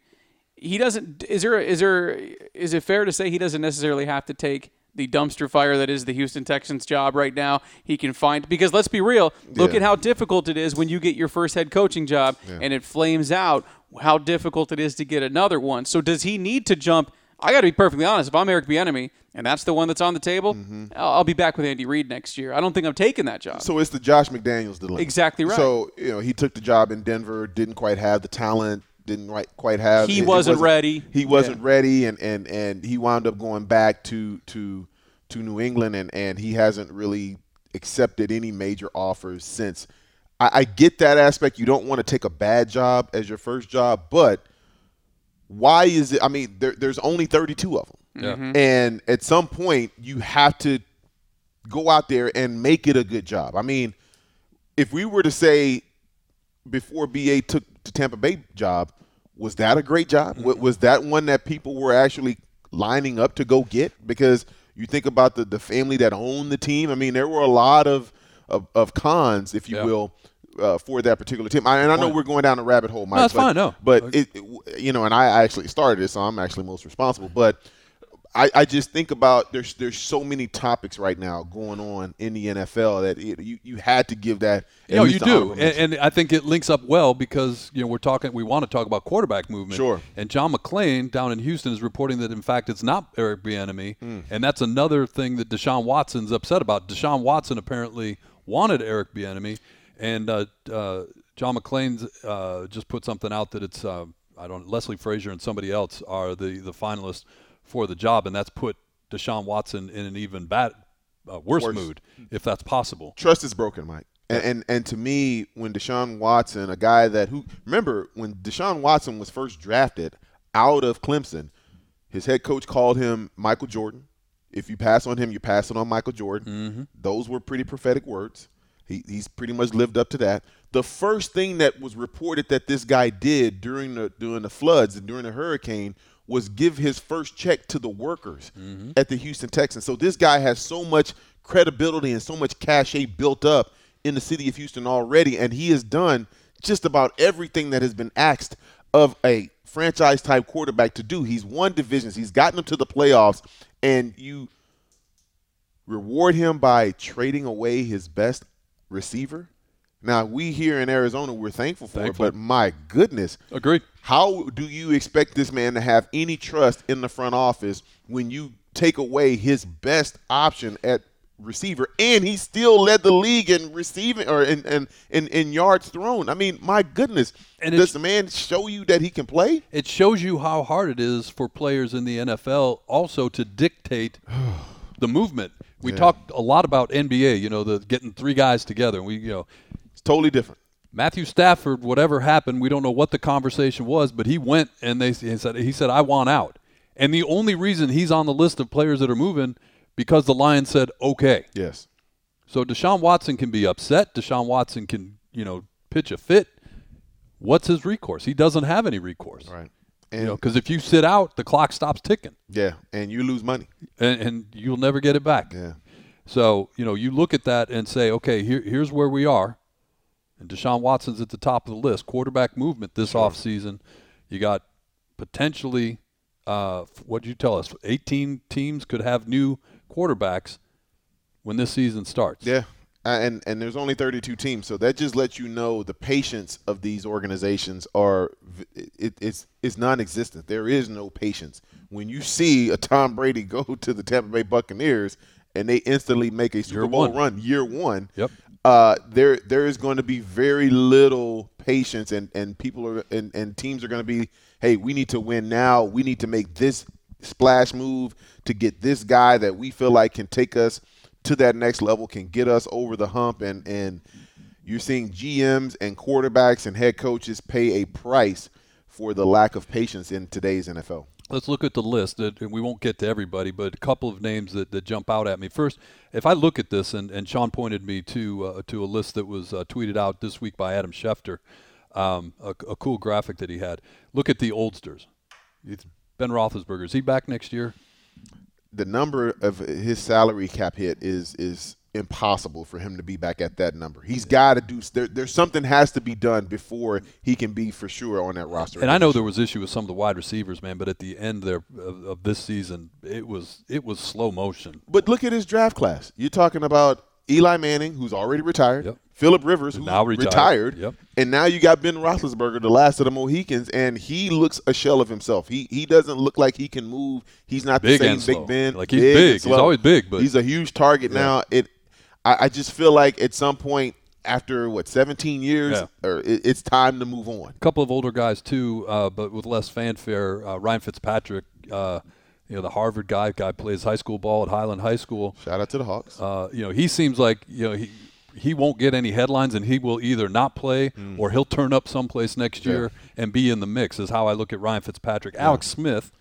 He doesn't. Is there? Is there? Is it fair to say he doesn't necessarily have to take the dumpster fire that is the Houston Texans job right now. He can find because let's be real, look Yeah. at how difficult it is when you get your first head coaching job and it flames out how difficult it is to get another one. So does he need to jump? I got to be perfectly honest. If I'm Eric Bieniemy and that's the one that's on the table, I'll, I'll be back with Andy Reid next year. I don't think I'm taking that job. Mm-hmm. So it's the Josh McDaniels dilemma. Exactly right. So you know he took the job in Denver, didn't quite have the talent, didn't quite quite have. He wasn't ready. He wasn't ready, and, and and he wound up going back to to to New England, and and he hasn't really accepted any major offers since. I, I get that aspect. You don't want to take a bad job as your first job, but why is it? I mean, there, there's only 32 of them, and at some point you have to go out there and make it a good job. I mean, if we were to say before BA took the Tampa Bay job, was that a great job? Wa- Was that one that people were actually lining up to go get? Because you think about the, the family that owned the team. I mean, there were a lot of, of, of cons, if you Yeah. will, uh, for that particular team. I, and I know we're going down a rabbit hole, Mike. that's but, fine, no. But, it, it- you know, and I actually started it, so I'm actually most responsible. But I, I just think about there's there's so many topics right now going on in the NFL that it, you, you had to give that. at No, you least an do, honorable mention. and, and I think it links up well because you know we're talking, we want to talk about quarterback movement. Sure. And John McClain down in Houston is reporting that in fact it's not Eric Bieniemy, Hmm. and that's another thing that Deshaun Watson's upset about. Deshaun Watson apparently wanted Eric Bieniemy, and uh, uh, John McClain's uh, just put something out that it's uh, I don't Leslie Frazier and somebody else are the the finalists for the job, and that's put Deshaun Watson in an even bad, uh, worse, mood if that's possible. trust is broken, Mike. And, and and to me, when Deshaun Watson, a guy that who remember when Deshaun Watson was first drafted out of Clemson, his head coach called him Michael Jordan. If you pass on him, you're passing on Michael Jordan. Mm-hmm. Those were pretty prophetic words. He, he's pretty much lived up to that. The first thing that was reported that this guy did during the during the floods and during the hurricane was give his first check to the workers at the Houston Texans. So this guy has so much credibility and so much cachet built up in the city of Houston already, and he has done just about everything that has been asked of a franchise type quarterback to do. He's won divisions, he's gotten them to the playoffs, and you reward him by trading away his best receiver. Now we here in Arizona we're thankful for Thankful. it, but my goodness, Agreed. how do you expect this man to have any trust in the front office when you take away his best option at receiver and he still led the league in receiving or in in, in, in yards thrown? I mean, my goodness. And it's- does the man show you that he can play? it shows you how hard it is for players in the NFL also to dictate the movement. We talked a lot about NBA, you know, the getting three guys together. We, you know, It's totally different. Matthew Stafford, whatever happened, we don't know what the conversation was, but he went and they he said he said I want out. And the only reason he's on the list of players that are moving because the Lions said okay. Yes. So Deshaun Watson can be upset. Deshaun Watson can, you know, pitch a fit. What's his recourse? He doesn't have any recourse. Right. You And know, because if you sit out, the clock stops ticking. yeah, and you lose money. and, and you'll never get it back. Yeah. So you know, you look at that and say, okay, here, here's where we are, and Deshaun Watson's at the top of the list. Quarterback movement this offseason, you got potentially, uh, what would you tell us? 18 teams could have new quarterbacks when this season starts. Yeah, Uh, and and there's only 32 teams, so that just lets you know the patience of these organizations are v- it, it's it's non-existent. There is no patience when you see a Tom Brady go to the Tampa Bay Buccaneers and they instantly make a Super Year Bowl one. run year one. Yep. Uh, there there is going to be very little patience, and and people are and and teams are going to be, hey, we need to win now. We need to make this splash move to get this guy that we feel like can take us to that next level, can get us over the hump, and and you're seeing GMs and quarterbacks and head coaches pay a price for the lack of patience in today's NFL. Let's look at the list. Uh, We won't get to everybody, but a couple of names that, that jump out at me. First, if I look at this, and, and Sean pointed me to uh, to a list that was uh, tweeted out this week by Adam Schefter, um, a, a cool graphic that he had. Look at the oldsters. It's ben Roethlisberger. Is he back next year? The number of his salary cap hit is is impossible for him to be back at that number. He's got to do there, there's something has to be done before he can be for sure on that roster. And I know there was issue with some of the wide receivers, man, but at the end there of, of this season, it was it was slow motion. But look at his draft class. You're talking about Eli Manning, who's already retired, Yep. Philip Rivers, who's now retired. retired, Yep. and now you got Ben Roethlisberger, the last of the Mohicans, and he looks a shell of himself. He he doesn't look like he can move. He's not Big the same and slow. Big Ben. Like, he's and big. He's slow. always big, but- he's a huge target now. It, I, I just feel like at some point after what 17 years, Yeah. or it, it's time to move on. A couple of older guys too, uh, but with less fanfare. Uh, Ryan Fitzpatrick, uh, you know, the Harvard guy, guy plays high school ball at Highland High School. Shout out to the Hawks. Uh, you know, he seems like you know he he won't get any headlines, and he will either not play Mm. or he'll turn up someplace next year and be in the mix. Is how I look at Ryan Fitzpatrick. Alex Smith,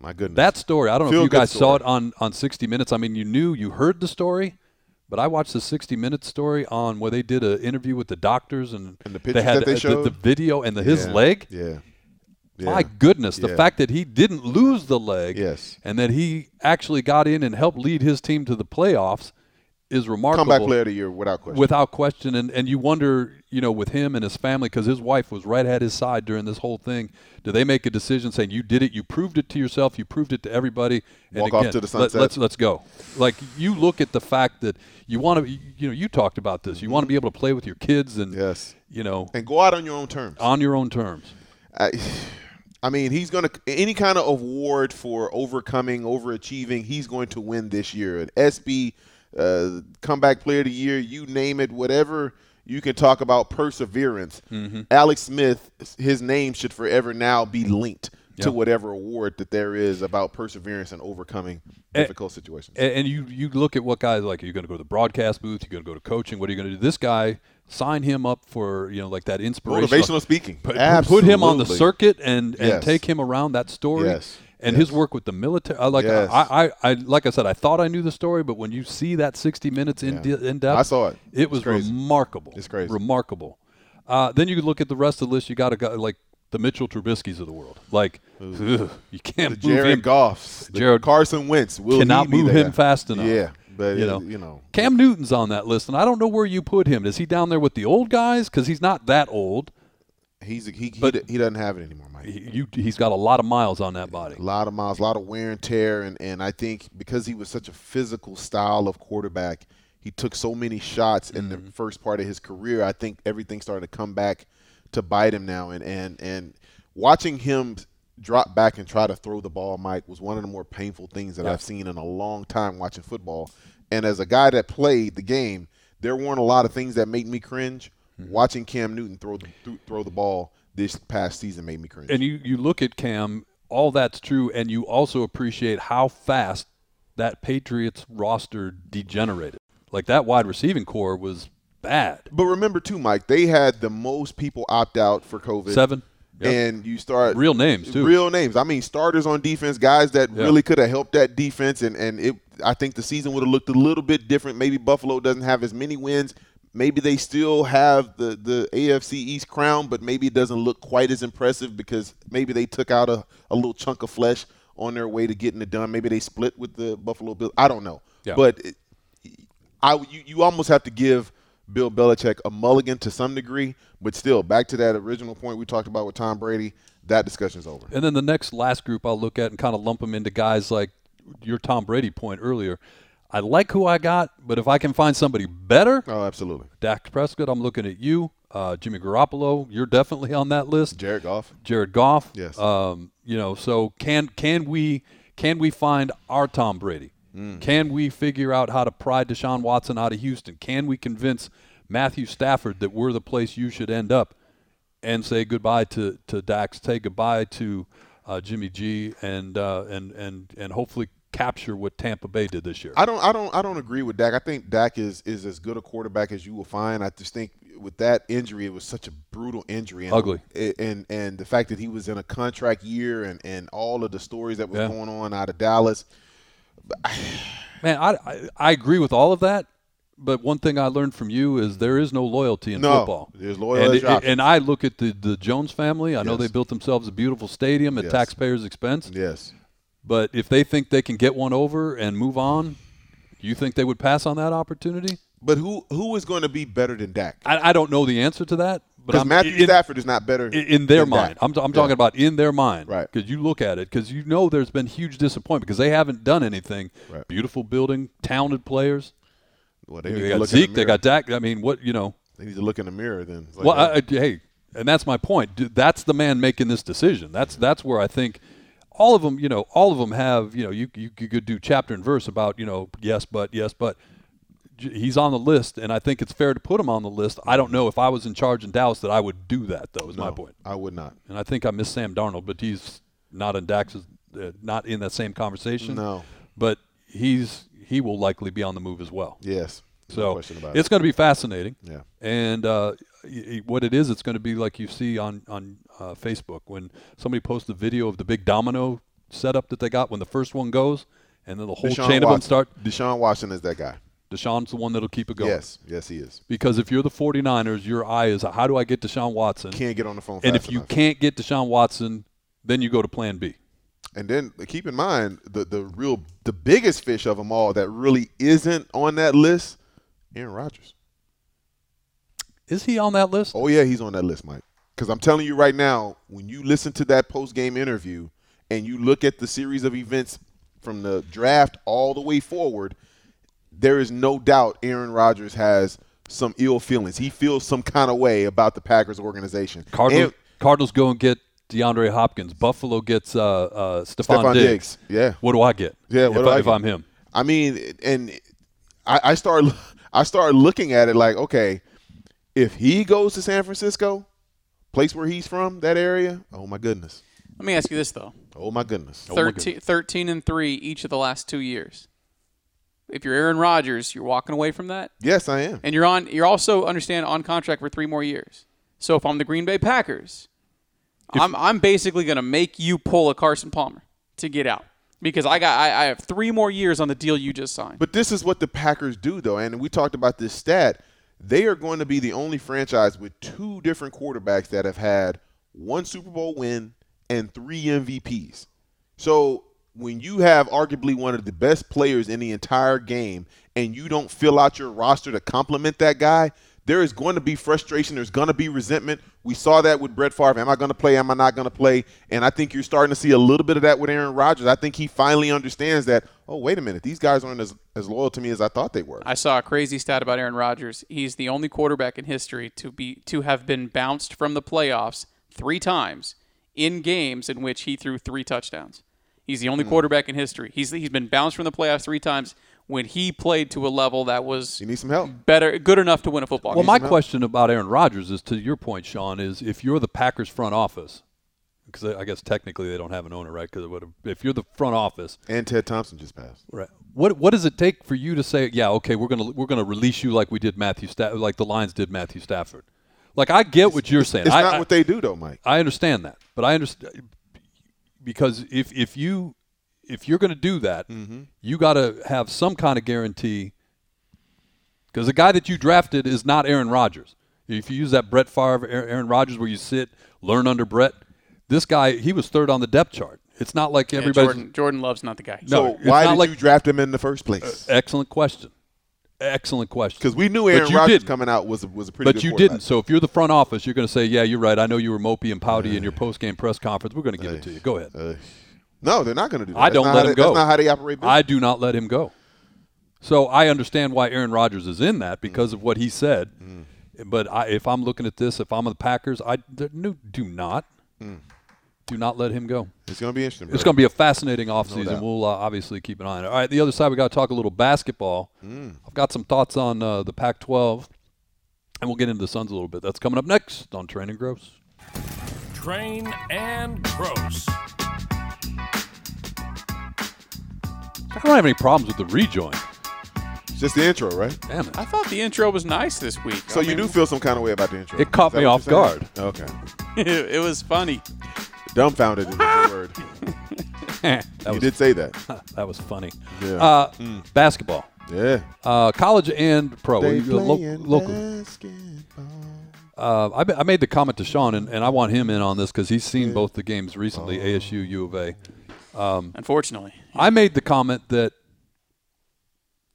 My goodness, that story. I don't know if Feel you good guys saw story. it on on 60 Minutes. I mean, you knew you heard the story. But I watched the 60 Minutes story on where they did an interview with the doctors and, And the pictures had that they uh, the, the showed? video and the, his Yeah. leg. Yeah. My goodness, the Yeah. fact that he didn't lose the leg Yes. and that he actually got in and helped lead his team to the playoffs is remarkable. comeback player of the year without question. Without question. And, and you wonder, you know, with him and his family, because his wife was right at his side during this whole thing, do they make a decision saying, you did it, you proved it to yourself, you proved it to everybody? And Walk off again, to the let- sunset. let's, let's go. Like, you look at the fact that you want to, you know, you talked about this. You want to be able to play with your kids and, Yes. you know, and go out on your own terms. on your own terms. I, I mean, he's going to any kind of award for overcoming, overachieving. He's going to win this year. An SB uh, comeback player of the year, you name it, whatever you can talk about perseverance. Mm-hmm. Alex Smith, his name should forever now be linked Yeah. to whatever award that there is about perseverance and overcoming Eh, difficult situations. and, and you you look at what guys like. You're going to go to the broadcast booth. You're going to go to coaching. What are you going to do? This guy sign him up for you know like that inspirational Motivational speaking. Put, put him on the Absolutely. circuit and and Yes. take him around that story. Yes. And his work with the military, I like Yes. I, I, I, like I said, I thought I knew the story, but when you see that 60 minutes in, Yeah. de- in depth, I saw it. It It's was crazy. remarkable. It's crazy. remarkable. Uh, then you could look at the rest of the list. You got a guy like the Mitchell Trubisky's of the world. Like ugh, you can't move him. Jared Goffs, Jared- Jared Carson Wentz. Will cannot he be move there? him fast enough. Yeah, but you it- know, you know. Cam Newton's on that list, and I don't know where you put him. Is he down there with the old guys? Because he's not that old. He's he he, But- he doesn't have it anymore, Mike. He, you, he's got a lot of miles on that body. A lot of miles, a lot of wear and tear, and and I think because he was such a physical style of quarterback, he took so many shots in the first part of his career. I think everything started to come back to bite him now, and and and watching him drop back and try to throw the ball, Mike, was one of the more painful things that I've seen in a long time watching football. And as a guy that played the game, there weren't a lot of things that made me cringe. Watching Cam Newton throw the, th- throw the ball this past season made me cringe. And you, you look at Cam, all that's true, and you also appreciate how fast that Patriots roster degenerated. Like that wide receiving core was bad. But remember too, Mike, they had the most people opt out for COVID. Seven. Yep. And you start Real names, too. Real names. I mean, starters on defense, guys that really could have helped that defense, and and it. I think the season would have looked a little bit different. Maybe Buffalo doesn't have as many wins. Maybe they still have the the AFC East crown, but maybe it doesn't look quite as impressive because maybe they took out a, a little chunk of flesh on their way to getting it done. Maybe they split with the Buffalo Bills. I don't know. Yeah. But it, I you, you almost have to give Bill Belichick a mulligan to some degree, but still back to that original point we talked about with Tom Brady. That discussion's over. And then the next last group I'll look at and kind of lump them into guys like your Tom Brady point earlier. I like who I got, but if I can find somebody better, Oh, absolutely. Dak Prescott, I'm looking at you. Uh, Jimmy Garoppolo, you're definitely on that list. Jared Goff. Jared Goff. Yes. Um, you know, so can can we can we find our Tom Brady? Hmm. Can we figure out how to pry Deshaun Watson out of Houston? Can we convince Matthew Stafford that we're the place you should end up? And say goodbye to, to Dax. Say goodbye to uh, Jimmy G. And uh, and and and hopefully capture what Tampa Bay did this year. I don't I don't I don't agree with Dak. I think Dak is is as good a quarterback as you will find. I just think with that injury, it was such a brutal injury. And, Ugly. And and the fact that he was in a contract year and and all of the stories that was Yeah. going on out of Dallas. Man, I, I I agree with all of that, but one thing I learned from you is there is no loyalty in No, football. there's loyal and, as your option. and I look at the the Jones family. I know Yes. they built themselves a beautiful stadium at Yes. taxpayers' expense, Yes. but if they think they can get one over and move on, Do you think they would pass on that opportunity? But who who is going to be better than Dak? I, I don't know the answer to that. but Because I'm- Matthew in- Stafford is not better in, in their than Dak. mind. I'm, I'm talking about in their mind, Right. Because you look at it, because you know there's been huge disappointment because they haven't done anything. Right. Beautiful building, talented players. Well, They, need to got look in the Zeke, they mirror. got Dak. I mean, what you know? They need to look in the mirror. Then. It's like, uh, well, I, I, hey, and that's my point. D- That's the man making this decision. That's that's where I think all of them, you know, all of them have, you know, you you, you could do chapter and verse about, you know, yes, but yes, but. J- He's on the list, and I think it's fair to put him on the list. I don't know if I was in charge in Dallas that I would do that, though. Is my no, point. I would not. and I think I miss Sam Darnold, but he's not in Dax's, uh, not in that same conversation. No. but he's he will likely be on the move as well. Yes. No so question about it's it. going to be fascinating. Yeah. and uh, y- y- what it is, it's going to be like you see on on uh, Facebook when somebody posts a video of the big domino setup that they got when the first one goes, and then the whole chain of them Watson. start. Deshaun Watson is that guy. Deshaun's the one that'll keep it going. Yes. Yes, he is. Because if you're the 49ers, your eye is how do I get Deshaun Watson? Can't get on the phone. and fast if you enough. can't get Deshaun Watson, then you go to Plan B. And then uh, keep in mind the the real the biggest fish of them all that really isn't on that list, Aaron Rodgers. Is he on that list? Oh yeah, he's on that list, Mike. Because I'm telling you right now, when you listen to that post game interview and you look at the series of events from the draft all the way forward, there is no doubt Aaron Rodgers has some ill feelings. He feels some kind of way about the Packers organization. Cardinals, And- Cardinals go and get DeAndre Hopkins. Buffalo gets uh, uh, Stephon, Stephon Diggs. Diggs, yeah. What do I get? Yeah, what if, do I if get? I'm him. I mean, and I, I started I started looking at it like, okay, if he goes to San Francisco, place where he's from, that area, oh my goodness, Let me ask you this though: oh my goodness, 13, 13 and three each of the last two years. If you're Aaron Rodgers, you're walking away from that, yes, I am. and you're on. You're also understand on contract for three more years. So if I'm the Green Bay Packers, I'm I'm basically going to make you pull a Carson Palmer to get out because I got I, I have three more years on the deal you just signed. But this is what the Packers do, though, and we talked about this stat. They are going to be the only franchise with two different quarterbacks that have had one Super Bowl win and three MVPs. So when you have arguably one of the best players in the entire game, and you don't fill out your roster to complement that guy, there is going to be frustration. There's going to be resentment. We saw that with Brett Favre. Am I going to play? Am I not going to play? And I think you're starting to see a little bit of that with Aaron Rodgers. I think he finally understands that, oh, wait a minute, these guys aren't as, as loyal to me as I thought they were. I saw a crazy stat about Aaron Rodgers. He's the only quarterback in history to be to have been bounced from the playoffs three times in games in which he threw three touchdowns. He's the only Hmm. quarterback in history. He's he's been bounced from the playoffs three times when he played to a level that was you need some help. better, good enough to win a football Well, game. my question about Aaron Rodgers is to your point, Sean, is if you're the Packers front office, because I I guess technically they don't have an owner, right? Because if you're the front office, And Ted Thompson just passed. Right. What What does it take for you to say, yeah, okay, we're gonna we're gonna release you like we did Matthew Sta- like the Lions did Matthew Stafford? Like I get what you're saying. It's I, not I- what they do, though, Mike. I understand that, but I understand because if if you if you're going to do that, Mm-hmm. you got to have some kind of guarantee. Because the guy that you drafted is not Aaron Rodgers. If you use that Brett Favre, Aar- Aaron Rodgers, where you sit, learn under Brett, this guy he was third on the depth chart. It's not like Yeah, everybody. Jordan, Jordan Love's not the guy. No, it's so why not did like- you draft him in the first place? Excellent question. Excellent question. Because we knew But Aaron you Rodgers didn't. coming out was a, was a pretty. But good you quarterback. didn't. So if you're the front office, you're going to say, "Yeah, you're right. I know you were mopey and pouty in your post-game press conference. We're going to give it to you. Go Uh, ahead." No, they're not going to do that. I That's don't not let how they- him go. That's not how they operate. Business. I do not let him go. So I understand why Aaron Rodgers is in that Mm. because of what he said. But I, if I'm looking at this, if I'm the Packers, I d- no, do not, Mm. do not let him go. it's going to be interesting. It's bro. going to be a fascinating offseason. doubt. we'll uh, obviously keep an eye on it. All right, the other side, we got to talk a little basketball. Mm. I've got some thoughts on uh, the Pac-12, and we'll get into the Suns a little bit. That's coming up next on Training Gross. Train and Gross. I don't have any problems with the rejoin. It's just the intro, right? Damn it. I thought the intro was nice this week. So I you mean, do feel some kind of way about the intro. It caught Is that me what off you're saying? guard. Okay, it was funny. dumbfounded is the word. that, You was, did say that. that was funny. Yeah. Uh, Mm. Basketball. Yeah, Uh, college and pro. They Uh, lo- playing local. basketball. Uh, I, be- I made the comment to Sean, and, and I want him in on this because he's seen both the games Oh. recently, ASU, U of A. Hmm. Unfortunately, I made the comment that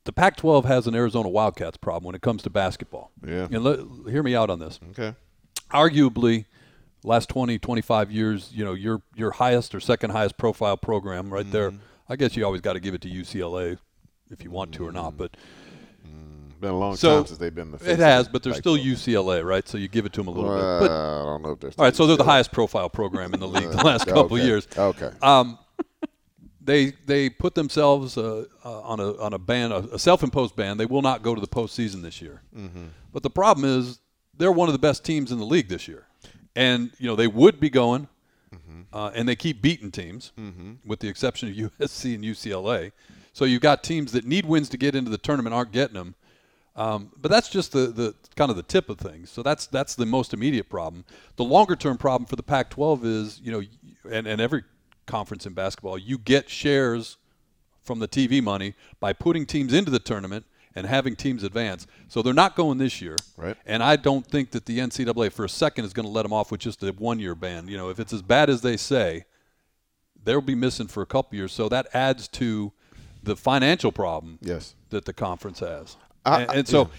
the Pac-12 has an Arizona Wildcats problem when it comes to basketball. Yeah. And le- hear me out on this Okay. arguably last 20 25 years you know your your highest or second highest profile program right there Mm-hmm. i guess you always got to give it to ucla if you want to or not but Been a long so time since they've been in Mm-hmm. the. it face has of but they're like still that. ucla right so you give it to them a little Uh, bit but I don't know if they're. all right so they're the highest profile program in the league the last couple okay. years Uh, Okay. they they put themselves uh, uh, on a on a ban, a, a self-imposed ban. They will not go to the postseason this year. But the problem is they're one of the best teams in the league this year, and you know they would be going, uh, and they keep beating teams, with the exception of USC and UCLA. So you've got teams that need wins to get into the tournament aren't getting them. Um, but that's just the, the kind of the tip of things. So that's that's the most immediate problem. The longer term problem for the Pac-12 is you know, and, and every conference in basketball, you get shares from the TV money by putting teams into the tournament and having teams advance. So they're not going this year. Right. And I don't think that the NCAA for a second is going to let them off with just a one-year ban. You know, if it's as bad as they say, they'll be missing for a couple years. So that adds to the financial problem Yes. that the conference has. I- Uh, and, and so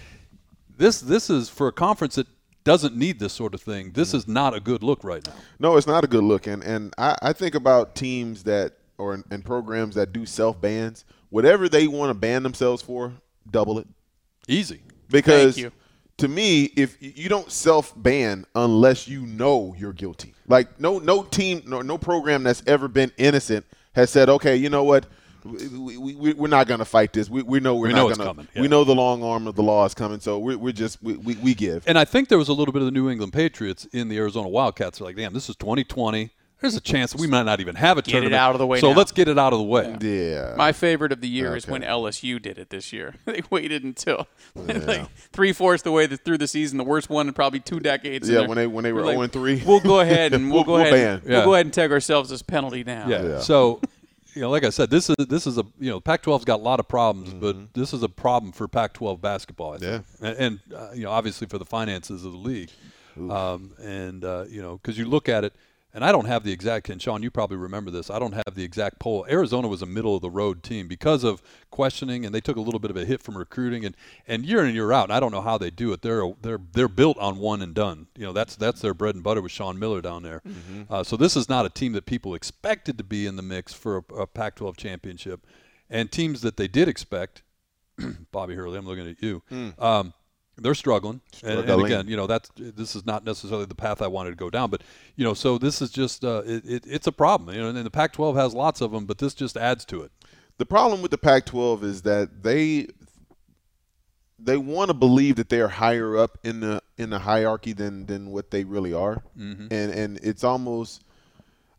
this this is for a conference that doesn't need this sort of thing. This Mm-hmm. is not a good look right now. No, it's not a good look. And and I, I think about teams that or and programs that do self bans. Whatever they want to ban themselves for, double it. Easy. Because you. to me, if y- you don't self ban unless you know you're guilty. Like no no team no no program that's ever been innocent has said, okay, you know what. We, we, we, we're not going to fight this. We, we know we're We not know going it's to. coming, yeah. We know the long arm of the law is coming, so we're, we're just we, we, we give. And I think there was a little bit of the New England Patriots in the Arizona Wildcats. They're like, damn, this is 2020. There's a chance that we might not even have a it tournament. out of the way So now. let's get it out of the way. Yeah, My favorite of the year is Okay. when LSU did it this year. they waited until like three fourths the way th- through the season, the worst one in probably two decades. Yeah, And when they- when they were they're like, 0-3. We'll go ahead and we'll, We'll- go we'll ahead. and- ban. We'll Yeah. go ahead and tag ourselves this penalty down. Yeah. So, you know, like I said, this is this is a you know Pac-12's got a lot of problems, Mm-hmm. but this is a problem for Pac-12 basketball. I think. Yeah. And, and uh, you know, obviously for the finances of the league, um, and uh, you know, because you look at it, and I don't have the exact. And Sean, you probably remember this. I don't have the exact poll. Arizona was a middle of the road team because of questioning, and they took a little bit of a hit from recruiting, and and year in year out. And I don't know how they do it. They're they're they're built on one and done. You know, that's that's their bread and butter with Sean Miller down there. Uh, so this is not a team that people expected to be in the mix for a, a Pac-12 championship, and teams that they did expect. Bobby Hurley, I'm looking at you. Um, they're struggling, And- And, Hmm. Struggling. again, you know that's this is not necessarily the path I wanted to go down. But you know, so this is just uh, it, it, it's a problem. You know, and the Pac-12 has lots of them, but this just adds to it. the problem with the Pac-12 is that they they want to believe that they're higher up in the in the hierarchy than than what they really are, Mm-hmm. and and it's almost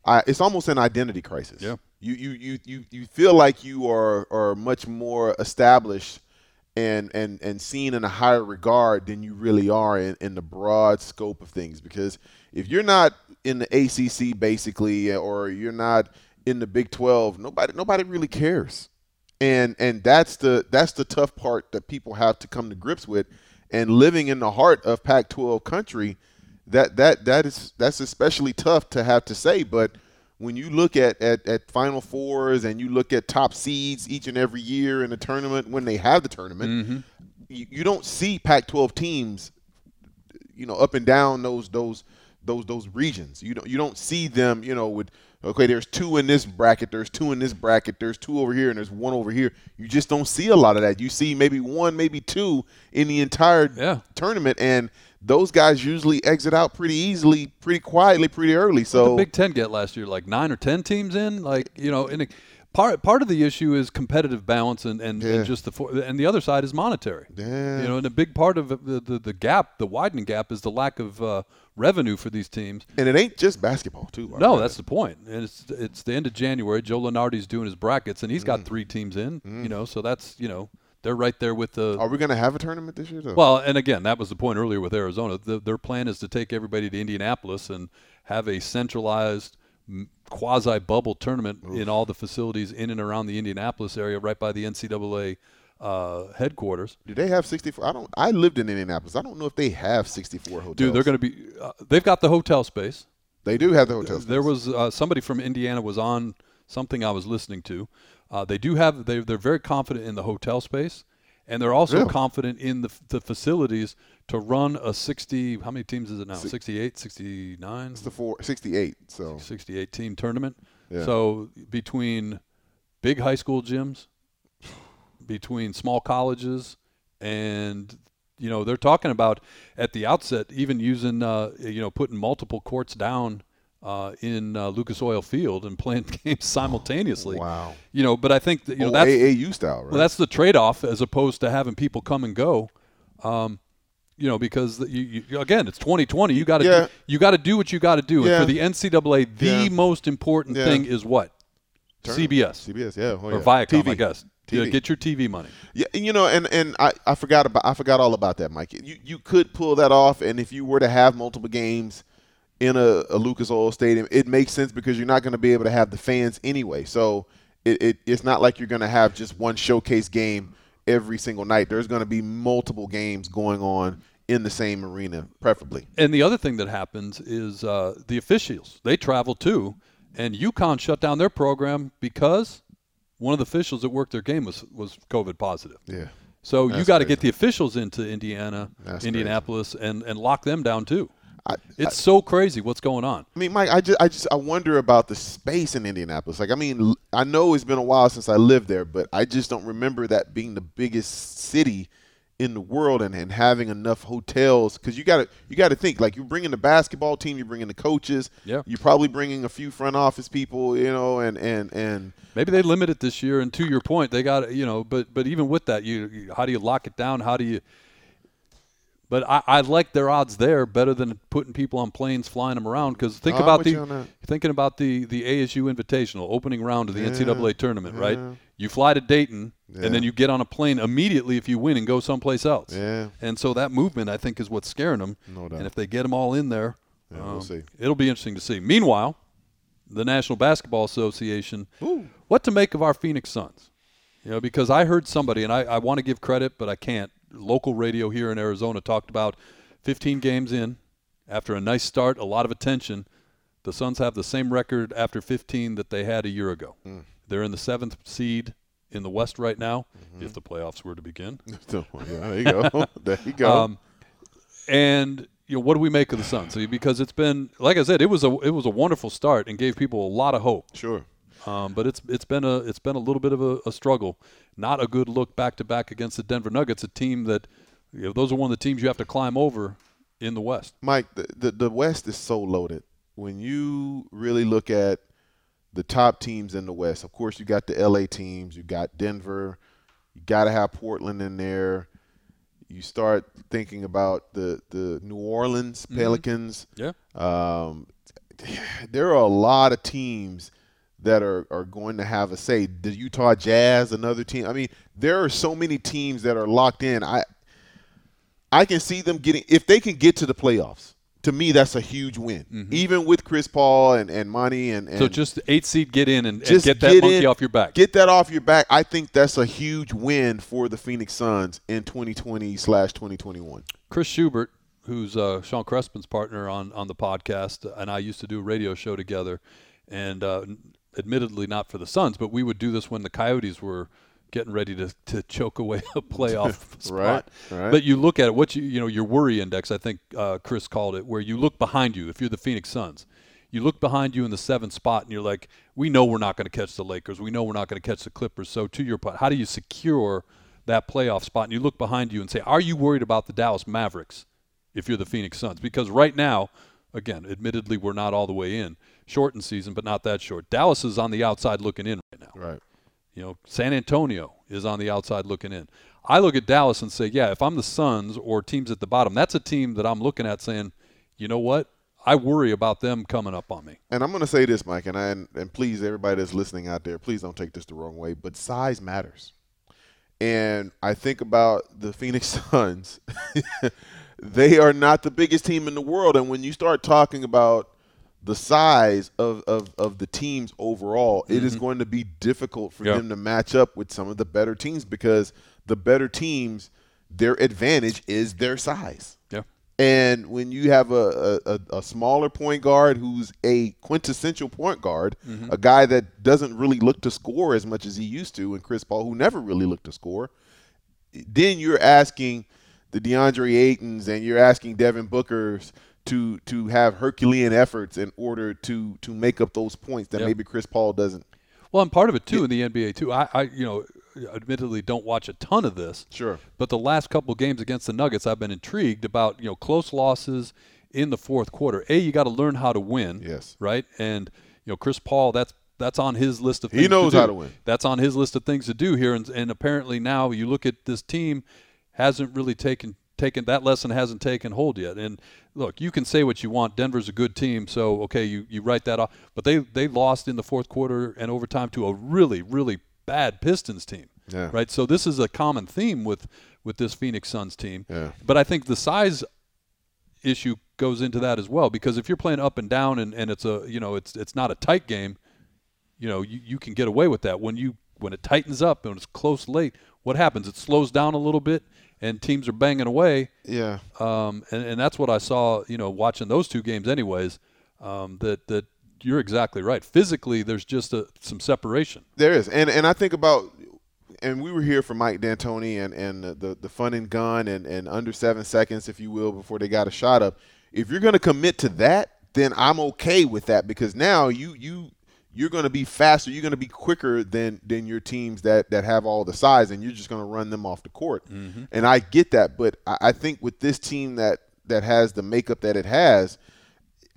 I, it's almost an identity crisis. Yeah. you you you you you feel like you are are much more established. And, and, and seen in a higher regard than you really are in, in the broad scope of things. Because if you're not in the ACC basically, or you're not in the Big 12, nobody nobody really cares and and that's the that's the tough part that people have to come to grips with and living in the heart of Pac-12 country that that that is that's especially tough to have to say but when you look at, at, at final fours and you look at top seeds each and every year in the tournament when they have the tournament you, you don't see Pac-12 teams you know up and down those those those those regions. You don't you don't see them you know with okay there's two in this bracket, there's two in this bracket, there's two over here and there's one over here. You just don't see a lot of that. You see maybe one, maybe two in the entire Yeah. tournament and those guys usually exit out pretty easily, pretty quietly, pretty early. the So Big Ten get last year? Like nine or ten teams in? Like you know, and it, part part of the issue is competitive balance, and and, Yeah. and just the for, and the other side is monetary. Yeah. You know, and a big part of the the, the gap, the widening gap, is the lack of uh, revenue for these teams. and it ain't just basketball too. by the No, way. that's the point. And it's it's the end of January. Joe Lenardi's doing his brackets, and he's got three teams in. You know, so that's you know they're right there with the. Are we gonna have a tournament this year? Though? Well, and again, that was the point earlier with Arizona. The, their plan is to take everybody to Indianapolis and have a centralized quasi bubble tournament in all the facilities in and around the Indianapolis area, right by the NCAA uh, headquarters. do they have 64? I don't. I lived in Indianapolis. I don't know if they have 64 hotels. Dude, they're going to be. Uh, they've got the hotel space. They do have the hotels. There was uh, somebody from Indiana was on something I was listening to. Uh, they do have they they're very confident in the hotel space, and they're also confident in the, the facilities to run a 60 how many teams is it now 68 69 It's the four, 68, so 68 team tournament. So between big high school gyms, between small colleges, and you know they're talking about at the outset even using uh, you know putting multiple courts down uh, in uh, Lucas Oil Field and playing games simultaneously. Wow. You know, but I think that, you know Oh, that's AAU style, right? well, that's the trade-off as opposed to having people come and go. Um, you know, because the- you, you, again, it's 2020. You got to Yeah. do, you got to do what you got to do. Yeah. And for the NCAA, the Yeah. most important Yeah. thing is what CBS CBS, yeah, oh, or yeah. Viacom, TV. I guess. Yeah, TV. get your TV money. Yeah, and you know, and and I, I forgot about I forgot all about that, Mike. You you could pull that off, and if you were to have multiple games in a, a Lucas Oil Stadium, it makes sense because you're not going to be able to have the fans anyway. So it, it it's not like you're going to have just one showcase game every single night. There's going to be multiple games going on in the same arena, preferably. And the other thing that happens is uh, the officials they travel too, and UConn shut down their program because one of the officials that worked their game was was COVID positive. Yeah. So you got to get the officials into Indiana, That's Indianapolis, and and lock them down too. I- it's so crazy what's going on. I mean, Mike, I just, I just, I wonder about the space in Indianapolis. Like, I mean, l- I know it's been a while since I lived there, but I just don't remember that being the biggest city in the world and, and having enough hotels. Because you got to, you got to think like you're bringing the basketball team, you're bringing the coaches, Yeah. you're probably bringing a few front office people, you know, and and and Maybe they limit it this year. And to your point, they got you know, but but even with that, you, you how do you lock it down? How do you? But I, I like their odds there better than putting people on planes flying them around because think I'm about with you on the that. thinking about the the ASU Invitational opening round of the NCAA tournament, right? You fly to Dayton and then you get on a plane immediately if you win and go someplace else. Yeah. And so that movement, I think, is what's scaring them. No doubt. And if they get them all in there, we'll see. It'll be interesting to see. Meanwhile, the National Basketball Association. What to make of our Phoenix Suns? You know, because I heard somebody, and I, I want to give credit, but I can't. Local radio here in Arizona talked about 15 games in, after a nice start, a lot of attention. The Suns have the same record after 15 that they had a year ago. They're in the seventh seed in the West right now, if the playoffs were to begin. yeah, there you go, there you go. And you know, what do we make of the Suns? So, because it's been, like I said, it was a it was a wonderful start and gave people a lot of hope. sure. Um, but it's it's been a it's been a little bit of a, a struggle. Not a good look back to back against the Denver Nuggets, a team that you know, those are one of the teams you have to climb over in the West. Mike, the, the the West is so loaded. When you really look at the top teams in the West, of course you got the LA teams, you got Denver, you got to have Portland in there. You start thinking about the the New Orleans Pelicans. Yeah. Um, there are a lot of teams that are, are going to have a say. The Utah Jazz, another team. I mean, there are so many teams that are locked in. I I can see them getting if they can get to the playoffs. To me, that's a huge win, even with Chris Paul and and Monty and, and Mm-hmm. So just the eight seed get in and, and just get that monkey in, off your back. Get that off your back. I think that's a huge win for the Phoenix Suns in 2020 slash 2021. Chris Schubert, who's uh, Sean Crespin's partner on on the podcast, uh, and I used to do a radio show together, and uh, n- admittedly not for the Suns, but we would do this when the Coyotes were getting ready to, to choke away a playoff spot. Right, right. But you look at it, what you you know your worry index, I think uh, Chris called it, where you look behind you if you're the Phoenix Suns. You look behind you in the seventh spot, and you're like, "We know we're not going to catch the Lakers. We know we're not going to catch the Clippers." So, to your point, how do you secure that playoff spot? And you look behind you and say, "Are you worried about the Dallas Mavericks if you're the Phoenix Suns?" Because right now, again, admittedly, we're not all the way in, shortened season, but not that short. Dallas is on the outside looking in right now. Right. You know, San Antonio is on the outside looking in. I look at Dallas and say, yeah, if I'm the Suns or teams at the bottom, that's a team that I'm looking at saying, you know what? I worry about them coming up on me. And I'm going to say this, Mike, and I and, and please everybody that's listening out there, please don't take this the wrong way, but size matters. And I think about the Phoenix Suns. they are not the biggest team in the world, and when you start talking about the size of, of, of the teams overall, it is going to be difficult for Yeah. them to match up with some of the better teams because the better teams, their advantage is their size. Yeah. And when you have a, a, a- a smaller point guard who's a quintessential point guard, a guy that doesn't really look to score as much as he used to, and Chris Paul, who never really looked to score, then you're asking the DeAndre Aytons and you're asking Devin Booker's to to have Herculean efforts in order to to make up those points that maybe Chris Paul doesn't. Well, and part of it too in the NBA too. I, I, you know, admittedly don't watch a ton of this. Sure. But the last couple games against the Nuggets, I've been intrigued about you know close losses in the fourth quarter. A, you got to learn how to win. Yes. Right. And you know Chris Paul, that's that's on his list of He things knows to do. how to win. That's on his list of things to do here. And, and apparently now you look at this team hasn't really taken taken that lesson hasn't taken hold yet. And look, you can say what you want. Denver's a good team, so okay, you, you write that off. But they they lost in the fourth quarter and overtime to a really really bad Pistons team. Yeah. Right. So this is a common theme with with this Phoenix Suns team. Yeah. But I think the size issue goes into that as well because if you're playing up and down and, and it's a you know it's it's not a tight game you know you, you can get away with that when you when it tightens up and it's close late what happens it slows down a little bit and teams are banging away Yeah. um, and, and that's what i saw you know watching those two games anyways um, that that you're exactly right physically there's just a, some separation There is, and and I think about, and we were here for Mike D'Antoni and and the the fun and gun and and under seven seconds, if you will, before they got a shot up. If you're going to commit to that, then I'm okay with that because now you you you're going to be faster, you're going to be quicker than than your teams that that have all the size, and you're just going to run them off the court. And I get that, but I, I think with this team that that has the makeup that it has,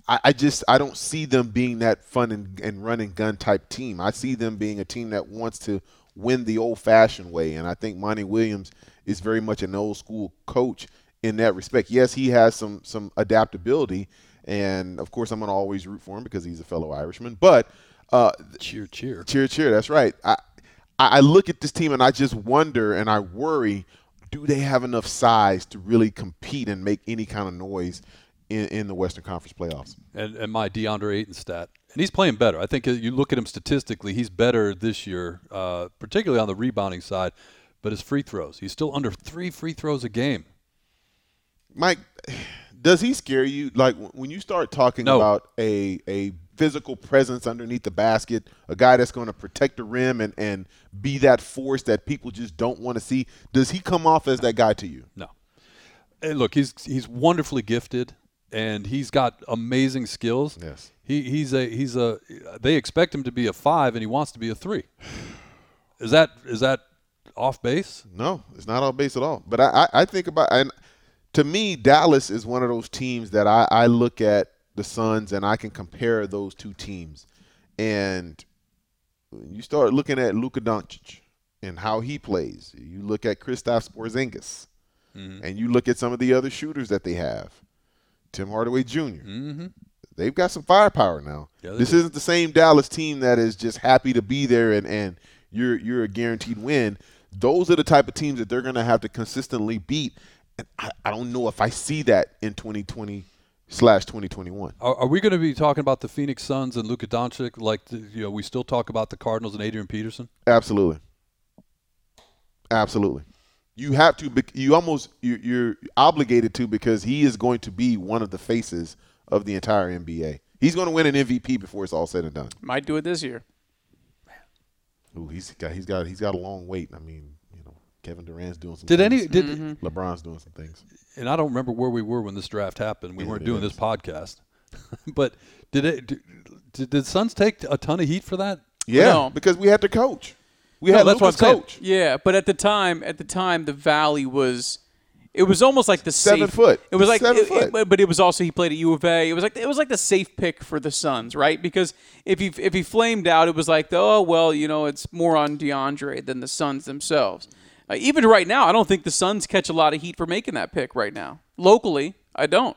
I, I just I don't see them being that fun and, and run and gun type team. I see them being a team that wants to win the old fashioned way, and I think Monty Williams is very much an old school coach in that respect. Yes, he has some some adaptability, and of course I'm gonna always root for him because he's a fellow Irishman. But uh, cheer cheer Cheer, cheer. That's right. I, I I look at this team and I just wonder and I worry: Do they have enough size to really compete and make any kind of noise in, in the Western Conference playoffs? and, and my DeAndre Ayton stat. And he's playing better. I think uh, you look at him statistically, he's better this year, uh, particularly on the rebounding side. But his free throws, he's still under three free throws a game. Mike, does he scare you? Like w- when you start talking No. about a a physical presence underneath the basket, a guy that's going to protect the rim and and be that force that people just don't want to see. Does he come off as that guy to you? No. And look, he's he's wonderfully gifted, and he's got amazing skills. Yes. He he's a he's a they expect him to be a five, and he wants to be a three. Is that is that off base? No, it's not on base at all. But I, I, I think about and to me, Dallas is one of those teams that I, I look at the Suns and I can compare those two teams. And when you start looking at Luka Doncic and how he plays, you look at Kristaps Porzingis, Mm-hmm. and you look at some of the other shooters that they have. Tim Hardaway junior Mm-hmm. They've got some firepower now. Yeah, they this do. isn't the same Dallas team that is just happy to be there and, and you're you're a guaranteed win. Those are the type of teams that they're going to have to consistently beat. And I, I don't know if I see that in 2020 slash 2021. Are, are we going to be talking about the Phoenix Suns and Luka Doncic like the, you know we still talk about the Cardinals and Adrian Peterson? Absolutely. Absolutely. You have to. bec- You almost you, you're obligated to because he is going to be one of the faces of the entire NBA. He's going to win an MVP before it's all said and done. Might do it this year. Ooh, he's got he's got he's got a long wait. I mean, you know, Kevin Durant's doing some. Did any things. did Mm-hmm. LeBron's doing some things? and I don't remember where we were when this draft happened. We weren't doing this podcast, but did it? Did, did the Suns take a ton of heat for that? Yeah, No. because we had to coach. We No, had that's what Luka's I'm saying. coach. Yeah, but at the time, at the time, the Valley was. It was almost like the Seven safe, foot. It was like, Seven it- foot. it- but it was also he played at U of A. It was like it was like the safe pick for the Suns, right? Because if he if he flamed out, it was like, oh well, you know, it's more on DeAndre than the Suns themselves. Uh, even right now, I don't think the Suns catch a lot of heat for making that pick right now. Locally, I don't.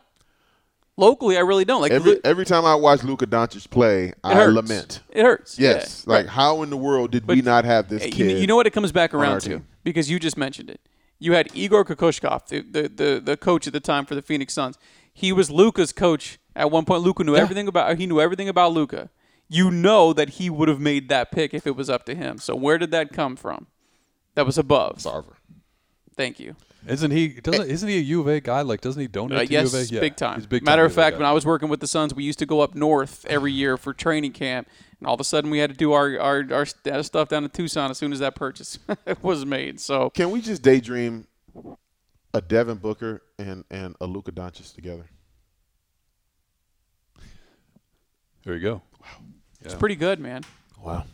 Locally, I really don't. Like Every it every time I watch Luka Doncic play, I hurts. lament. It hurts. Yeah. Yes, like how in the world did we not have this Hey, kid? you- You, know what it comes back our around to team. because you just mentioned it. You had Igor Kokoshkov, the, the the the coach at the time for the Phoenix Suns. He was Luca's coach at one point. Luca knew everything about he knew everything about Luca. You know that he would have made that pick if it was up to him. So where did that come from? That was above. Sarver. Thank you. Isn't he? Doesn't, isn't he a U of A guy? Like, doesn't he donate Eh. Uh, to U of yes, A? Yeah, big time. he's a big Matter time of U A fact, guy. when I was working with the Suns, we used to go up north every year for training camp, and all of a sudden we had to do our our, our st- stuff down in Tucson as soon as that purchase was made. So Can we just daydream a Devin Booker and and a Luka Doncic together? there you go. it's pretty good, man. Wow.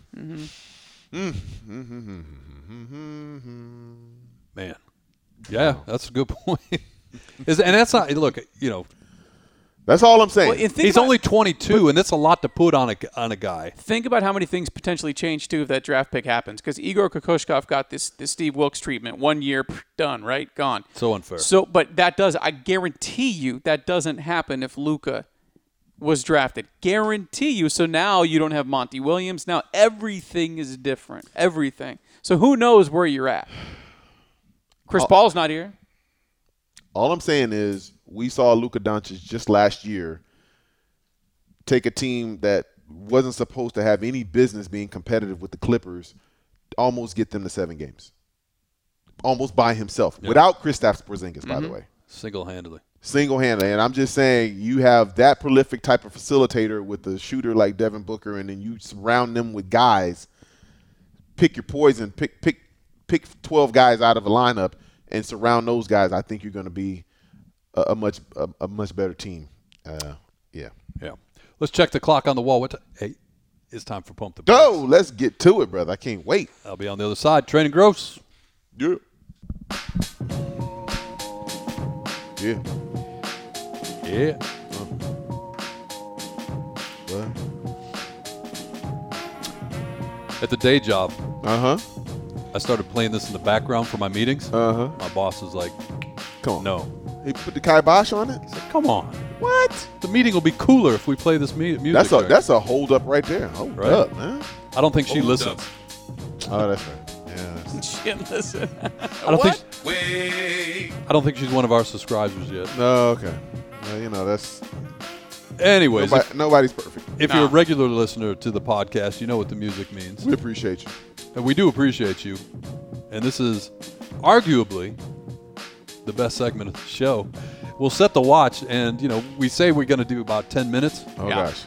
Man. Yeah, that's a good point. Is- and that's not look, you know, That's all I'm saying. Well, and think he's about- only 22 and that's a lot to put on a on a guy. think about how many things potentially change too if that draft pick happens. Because Igor Kokoshkov got this this Steve Wilkes treatment, one year pff, done, right, gone. So unfair. So, but that does I guarantee you that doesn't happen if Luca was drafted. Guarantee you. So now you don't have Monty Williams. Now everything is different. Everything. So who knows where you're at? Chris Paul's not here. All I'm saying is we saw Luka Doncic just last year take a team that wasn't supposed to have any business being competitive with the Clippers, almost get them to seven games, almost by himself without Kristaps Porzingis, by the way, Single-handedly. single handedly. And I'm just saying you have that prolific type of facilitator with a shooter like Devin Booker, and then you surround them with guys. Pick your poison. Pick pick pick 12 guys out of a lineup and surround those guys. I think you're going to be a, a much a, a much better team. Uh, yeah. Yeah. Let's check the clock on the wall. What ti- hey, it's time for pump the Go. Brakes. Let's get to it, brother. I can't wait. I'll be on the other side. Training Gross. Yeah. Yeah. Yeah. Well, At the day job, uh huh. I started playing this in the background for my meetings. Uh-huh. My boss was like, Come on. "No." He put the kibosh on it. He's like, "Come on. What? The meeting will be cooler if we play this mu- music." That's a right?" that's a hold up right there. Hold Right. up, man. I don't think she Hold listens. up. Oh, that's right. Yeah. that's- Jim, listen. I don't think Wait. I don't think she's one of our subscribers yet. No, okay. Well, you know, that's Anyways, nobody, nobody's perfect. If you're a regular listener to the podcast, you know what the music means. We appreciate you. And we do appreciate you. And this is arguably the best segment of the show. We'll set the watch, and you know we say we're going to do about 10 minutes. Oh Yeah. gosh.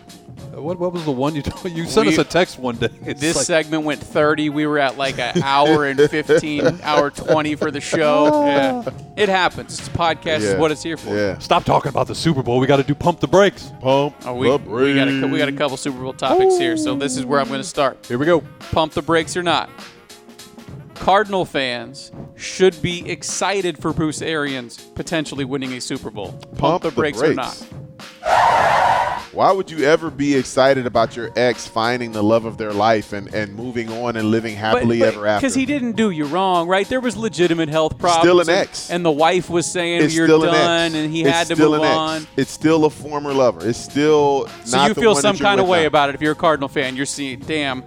Uh, What, what was the one you told? You sent We- us a text one day. It's This like, segment went 30. We were at like an hour and 15, hour 20 for the show. Yeah. It happens. It's a podcast. Oh. Yeah. Is what it's here for. Yeah. stop talking about the Super Bowl. We got to do pump the brakes. Pump. Oh, we, we got a, cou- we got a couple Super Bowl topics here, so this is where I'm going to start. Here we go. Pump the brakes or not, Cardinal fans should be excited for Bruce Arians potentially winning a Super Bowl. Pump, the, brakes, or not. Why would you ever be excited about your ex finding the love of their life and, and moving on and living happily ever after? Because he didn't do you wrong, right? There was legitimate health problems. Still an and- ex. And the wife was saying it's you're still done, an ex. and he It's had to still move an ex. on. It's still a former lover. It's still So not you the feel one some that you're kind of with way now. about it. If you're a Cardinal fan, you're seeing, damn,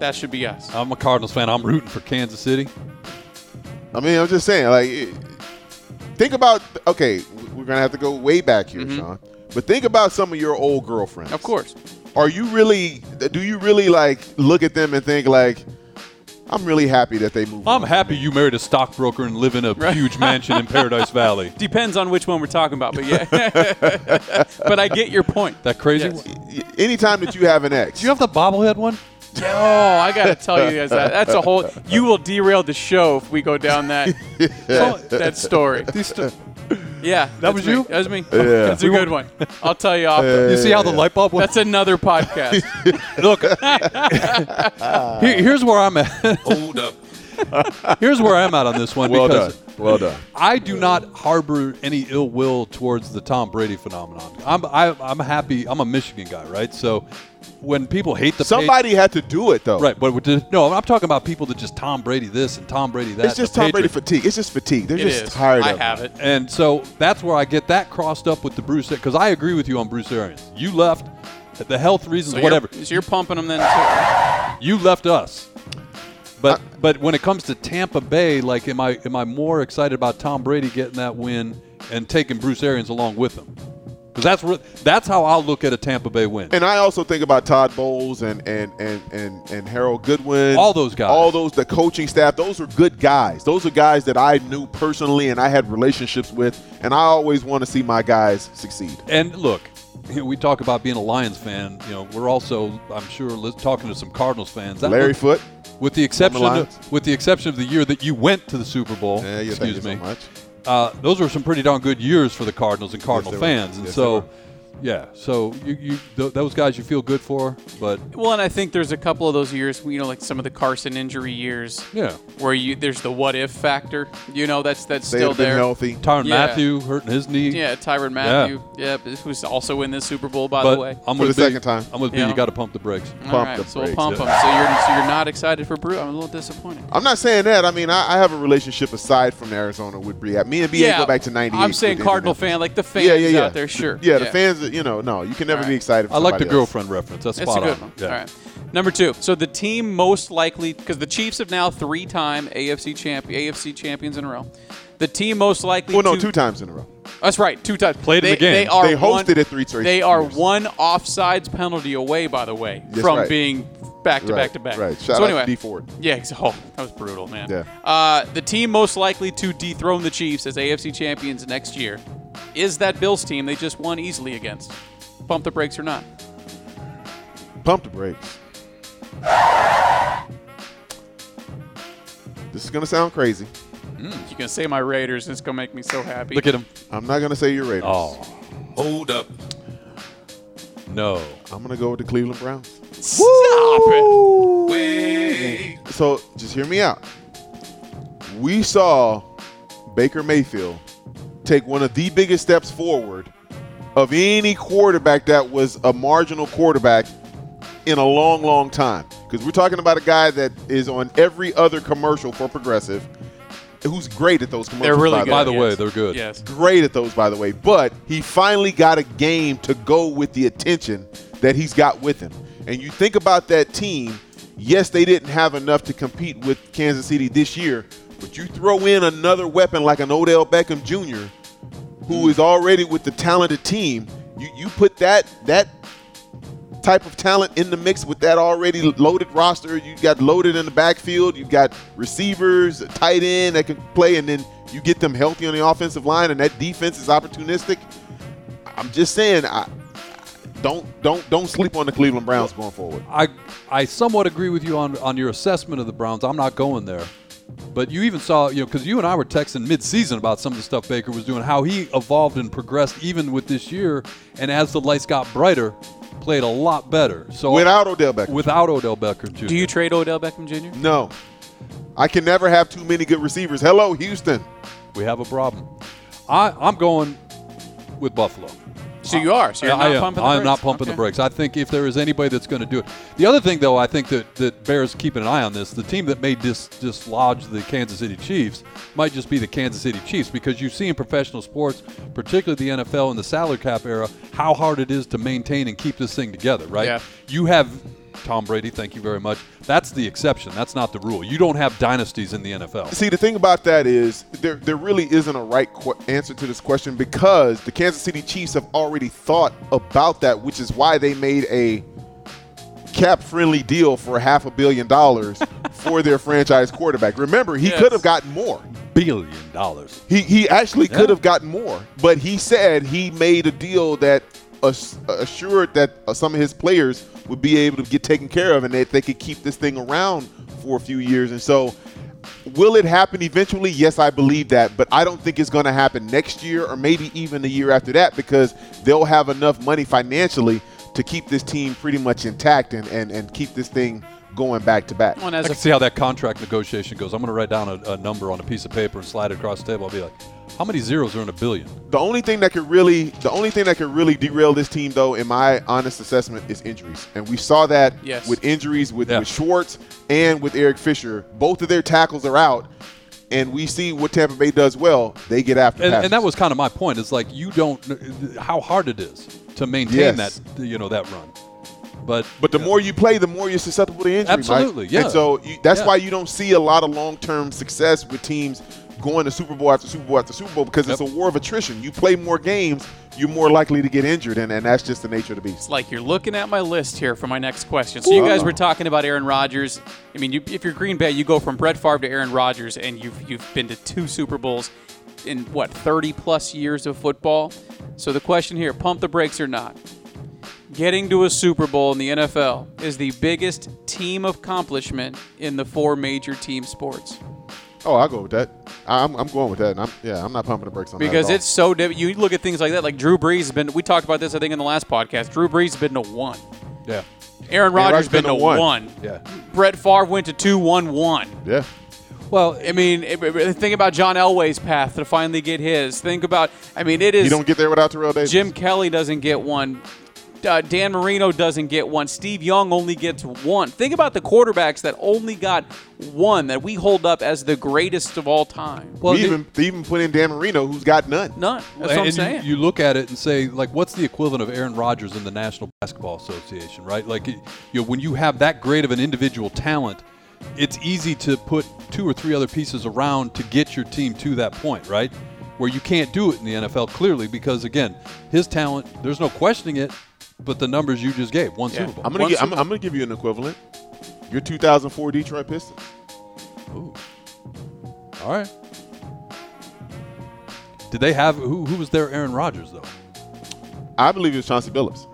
that should be Oh. us. I'm a Cardinals fan. I'm rooting for Kansas City. I mean, I'm just saying, like, it- think about. Okay, we're gonna have to go way back here, Mm-hmm. Sean. But think about some of your old girlfriends. Of course. Are you really? Do you really like look at them and think like, I'm really happy that they moved. I'm on happy from me. you married a stockbroker and live in a huge mansion in Paradise Valley. Depends on which one we're talking about, but yeah. but I get your point. That crazy. Yes. one? Do Y- Anytime that you have an ex, you have the bobblehead one? Oh, I gotta tell you guys that that's a whole. You will derail the show if we go down that that, that story. These st- Yeah, that was me. you? That was me. That's a good one. I'll tell you off. you see how the light bulb went? that's another podcast. Look, here- here's where I'm at. Hold up. Here's where I'm at on this one well done, because well done. I do not harbor any ill will towards the Tom Brady phenomenon. I'm I, I'm happy. I'm a Michigan guy, right? So when people hate the Somebody had to do it though. Patri- right? But with the- no, I'm talking about people that just Tom Brady this and Tom Brady that. It's just the Tom Brady Patriot. fatigue. It's just fatigue. They're It just is. tired I of have it. And so that's where I get that crossed up with the Bruce because I agree with you on Bruce Arians. You left the health reasons, So whatever. You're, so you're pumping them then. Too. you left us. But but when it comes to Tampa Bay, like am I am I more excited about Tom Brady getting that win and taking Bruce Arians along with him? because that's re- that's how I'll look at a Tampa Bay win. And I also think about Todd Bowles and and and and, and Harold Goodwin. All those guys. All those the coaching staff. Those are good guys. Those are guys that I knew personally and I had relationships with. And I always want to see my guys succeed. And look, you know, we talk about being a Lions fan. You know, we're also, I'm sure, li- talking to some Cardinals fans. That Larry look- Foote. with the exception Lions. of, with the exception of the year that you went to the Super Bowl. Yeah, yeah, thank excuse you me. so much. Uh, those were some pretty darn good years for the Cardinals and Cardinal they were. fans, and Yes, they so. were. Yeah, so you, you th- those guys you feel good for, but Well, and I think there's a couple of those years, you know, like some of the Carson injury years, yeah, where you there's the what if factor. You know, that's that's They still have been there. healthy. Tyron Yeah. Matthew hurting his knee. Yeah, Tyron Matthew. Yeah, who's also in this Super Bowl, by but the way. I'm For with the B. second time. I'm with B. Yeah. Mm. You got to pump the brakes. All Pump right, the so we'll brakes, pump yeah. him. So you're so you're not excited for Brew. I'm a little disappointed. I'm not saying that. I mean, I, I have a relationship aside from Arizona with Breatt. Me and BA go back to '98. I'm saying with Cardinal Indianapolis. fan, like the fans Yeah, yeah, yeah. out there, sure. Yeah, the fans. You know, no, you can never All be right. excited. For I like the somebody else. girlfriend reference. That's That's spot a good on. one. Yeah. All right. Number two. So the team most likely, because the Chiefs have now three-time AFC champ, AFC champions in a row. The team most likely. Well, no, to- two times in a row. That's right, two times. Played in they, the game. They, are They hosted one, it three straight They are years. one offsides penalty away, by the way, That's from right. being back to Right, back to back. right. Shout so out anyway, to D. Ford. Yeah, ex- oh, that was brutal, man. Yeah. Uh, the team most likely to dethrone the Chiefs as AFC champions next year is that Bills team they just won easily against. Pump the brakes or not? Pump the brakes. This is gonna sound crazy. You can say my Raiders. It's gonna make me so happy. Look at him. I'm not gonna say your Raiders. Oh Hold up. no. I'm gonna go with the Cleveland Browns. Stop it. Wait. So just hear me out. We saw Baker Mayfield take one of the biggest steps forward of any quarterback that was a marginal quarterback in a long, long time. Because we're talking about a guy that is on every other commercial for Progressive, who's great at those commercials. They're really by good. the way. By the way, they're good. Yes. great at those, by the way. But he finally got a game to go with the attention that he's got with him. And you think about that team, yes, they didn't have enough to compete with Kansas City this year, but you throw in another weapon like an Odell Beckham Jr., who is already with the talented team. You, you put that that type of talent in the mix with that already loaded roster. You got loaded in the backfield. You got receivers, a tight end that can play, and then you get them healthy on the offensive line, and that defense is opportunistic. I'm just saying, I don't don't don't sleep on the Cleveland Browns going forward. I I somewhat agree with you on on your assessment of the Browns. I'm not going there. But you even saw, you know, because you and I were texting midseason about some of the stuff Baker was doing, how he evolved and progressed even with this year, and as the lights got brighter, played a lot better. So Without Odell Beckham, without Odell Beckham Jr. Do you trade Odell Beckham Jr.? no, I can never have too many good receivers. Hello, Houston. we have a problem. I I'm going with Buffalo. So you are. So you're I not am. pumping the I am not brakes? pumping the Okay. brakes. I think if there is anybody that's going to do it. The other thing, though, I think that, that bears keeping an eye on this. The team that may dis- dislodge the Kansas City Chiefs might just be the Kansas City Chiefs because you see in professional sports, particularly the NFL and the salary cap era, how hard it is to maintain and keep this thing together, right? Yeah. You have Tom Brady, thank you very much. That's the exception. That's not the rule. You don't have dynasties in the NFL. See, the thing about that is there there really isn't a right qu- answer to this question because the Kansas City Chiefs have already thought about that, which is why they made a cap-friendly deal for half a billion dollars for their franchise quarterback. Remember, he Yes. could have gotten more. Billion dollars. He he actually Yeah. could have gotten more, but he said he made a deal that ass- assured that uh, some of his players would be able to get taken care of and that they could keep this thing around for a few years. And so, will it happen eventually? Yes, I believe that, but I don't think it's going to happen next year or maybe even the year after that because they'll have enough money financially to keep this team pretty much intact and and, and keep this thing going back to back. Well, and I as can a see how that contract negotiation goes. I'm going to write down a, a number on a piece of paper and slide it across the table. I'll be like, how many zeros are in a billion? The only thing that could really, the only thing that could really derail this team, though, in my honest assessment, is injuries, and we saw that Yes. with injuries with, Yeah. with Schwartz and with Eric Fisher. Both of their tackles are out, and we see what Tampa Bay does well. They get after And, passes. and that was kind of my point. It's like you don't kn- how hard it is to maintain Yes. that you know that run. But But the more you play, the more you're susceptible to injury. Mike. Absolutely, yeah. And so you, that's Yeah. why you don't see a lot of long-term success with teams going to Super Bowl after Super Bowl after Super Bowl because Yep. it's a war of attrition. You play more games, you're more likely to get injured, and, and that's just the nature of the beast. It's like you're looking at my list here for my next question. So you guys were talking about Aaron Rodgers. I mean, you, if you're Green Bay, you go from Brett Favre to Aaron Rodgers, and you've you've been to two Super Bowls in what 30 plus years of football. So the question here: pump the brakes or not? Getting to a Super Bowl in the NFL is the biggest team accomplishment in the four major team sports Oh, I'll go with that. I- I'm, I'm going with that. And I'm, yeah, I'm not pumping the brakes on that at because all. it's so. diff- You look at things like that, like Drew Brees has been. We talked about this, I think, in the last podcast. Drew Brees has been to one. Yeah. Aaron Rodgers has been, to one. Yeah. Brett Favre went to 2 1 1. yeah. Well, I mean, it- it- think about John Elway's path to finally get his. Think about, I mean, it is You don't get there without Terrell Davis. Jim Kelly doesn't get one. Uh, Dan Marino doesn't get one. Steve Young only gets one. Think about the quarterbacks that only got one that we hold up as the greatest of all time. well, we the- even, they even put in Dan Marino, who's got none. None. That's what and I'm you- saying. You, look at it and say, like, what's the equivalent of Aaron Rodgers in the National Basketball Association, right? Like, you know, when you have that great of an individual talent, it's easy to put two or three other pieces around to get your team to that point, right? Where you can't do it in the NFL clearly because, again, his talent, there's no questioning it, but the numbers you just gave, one Super Bowl. I'm gonna, One gi- I'm, Super- I'm gonna give you an equivalent. Your 2004 Detroit Pistons. All right. Did they have who? Who was their Aaron Rodgers though? I believe it was Chauncey Billups,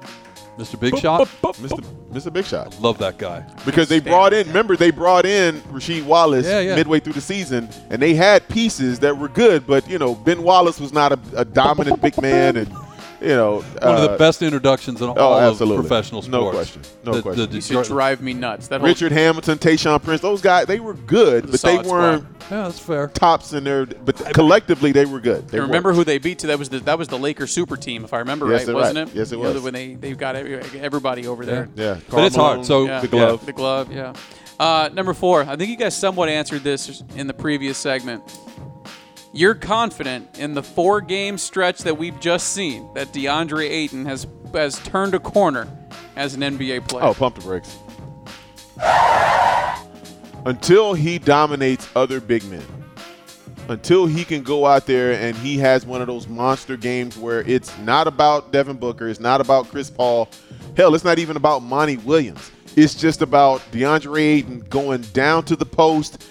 Mr. Big Shot. Mr. Mr. Big Shot, Love that guy. because they brought in. Remember, they brought in Rasheed Wallace Yeah, yeah. midway through the season, and they had pieces that were good, but you know, Ben Wallace was not a, a dominant big man, and you know, One of uh, the best introductions in all oh, of absolutely. professional sports. No question. No The- question. the You should Detroit- drive me nuts. That whole Richard Hamilton, Tayshawn Prince, those guys, they were good, but they solid weren't Yeah, that's fair. tops in their. But collectively, they were good. They And remember were. who they beat to? That was the that was the Lakers super team, if I remember Yes, right, you're wasn't right. it? Yes, it You know, was. When they they've got every, everybody over there. Yeah, But it's Karl hard, so- Malone, Yeah. the glove. The glove, yeah. Uh, number four, I think you guys somewhat answered this in the previous segment. You're confident in the four game stretch that we've just seen that DeAndre Ayton has has turned a corner as an NBA player. Oh, pump the brakes. Until he dominates other big men, until he can go out there and he has one of those monster games where it's not about Devin Booker, it's not about Chris Paul, hell, it's not even about Monty Williams. It's just about DeAndre Ayton going down to the post,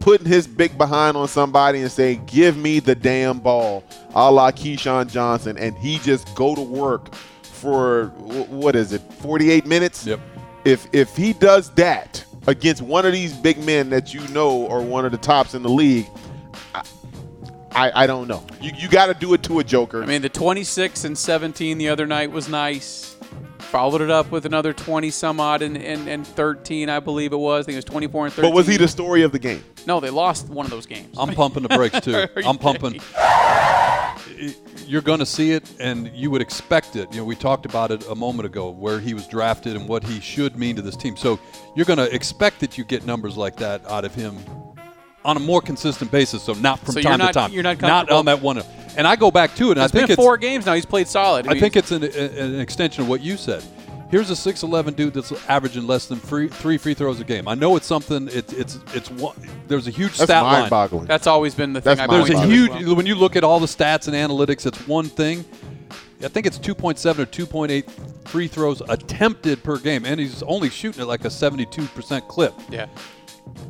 putting his big behind on somebody and saying, "Give me the damn ball," a la Keyshawn Johnson, and he just go to work for wh- what is it, 48 minutes? Yep. If if he does that against one of these big men that you know are one of the tops in the league, I I, I don't know. You you got to do it to a joker. I mean, the 26 and 17 the other night was nice. Followed it up with another 20 some odd and, and, and 13, I believe it was. I think it was 24 and 13. but was he the story of the game? No, they lost one of those games. I'm pumping the brakes too. Are you I'm pumping. You're going to see it, and you would expect it. You know, we talked about it a moment ago, where he was drafted and what he should mean to this team. So you're going to expect that you get numbers like that out of him on a more consistent basis. So not from So you're time not- to time. you're not not comfortable- on that one. And I go back to it, and It's I think been it's four games now. He's played solid. I think it's an, an extension of what you said. Here's a 6'11 dude that's averaging less than free, three free throws a game. I know it's something. It's it's it's one. There's a huge That's stat line. mind-boggling. that's always been the thing. That's I my point There's a mind-boggling. to as huge. well. When you look at all the stats and analytics, it's one thing. I think it's 2.7 or 2.8 free throws attempted per game, and he's only shooting at like a 72% clip. Yeah.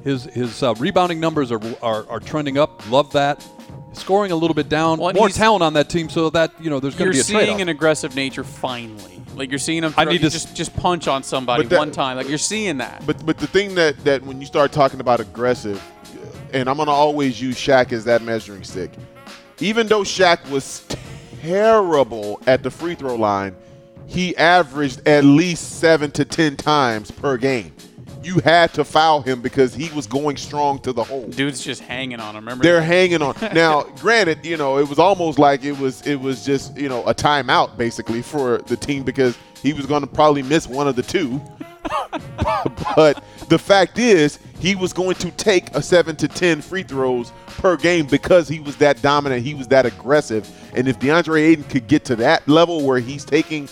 His his uh, rebounding numbers are, are are trending up. Love that. Scoring a little bit down. Well, and More he's- talent on that team, so that you know there's going You're to be a trade. seeing an aggressive nature finally. Like you're seeing him. I throw- need you to s- just just punch on somebody But that- one time. Like you're seeing that. But but the thing that that when you start talking about aggressive, and I'm gonna always use Shaq as that measuring stick. Even though Shaq was terrible at the free throw line, he averaged at least seven to ten times per game. You had to foul him because he was going strong to the hole. Dude's just hanging on him. Remember? They're hanging on. Now, granted, you know, it was almost like it was it was just, you know, a timeout basically for the team because he was going to probably miss one of the two. but the fact is, he was going to take a 7 to 10 free throws per game because he was that dominant, he was that aggressive. And if DeAndre Ayton could get to that level where he's taking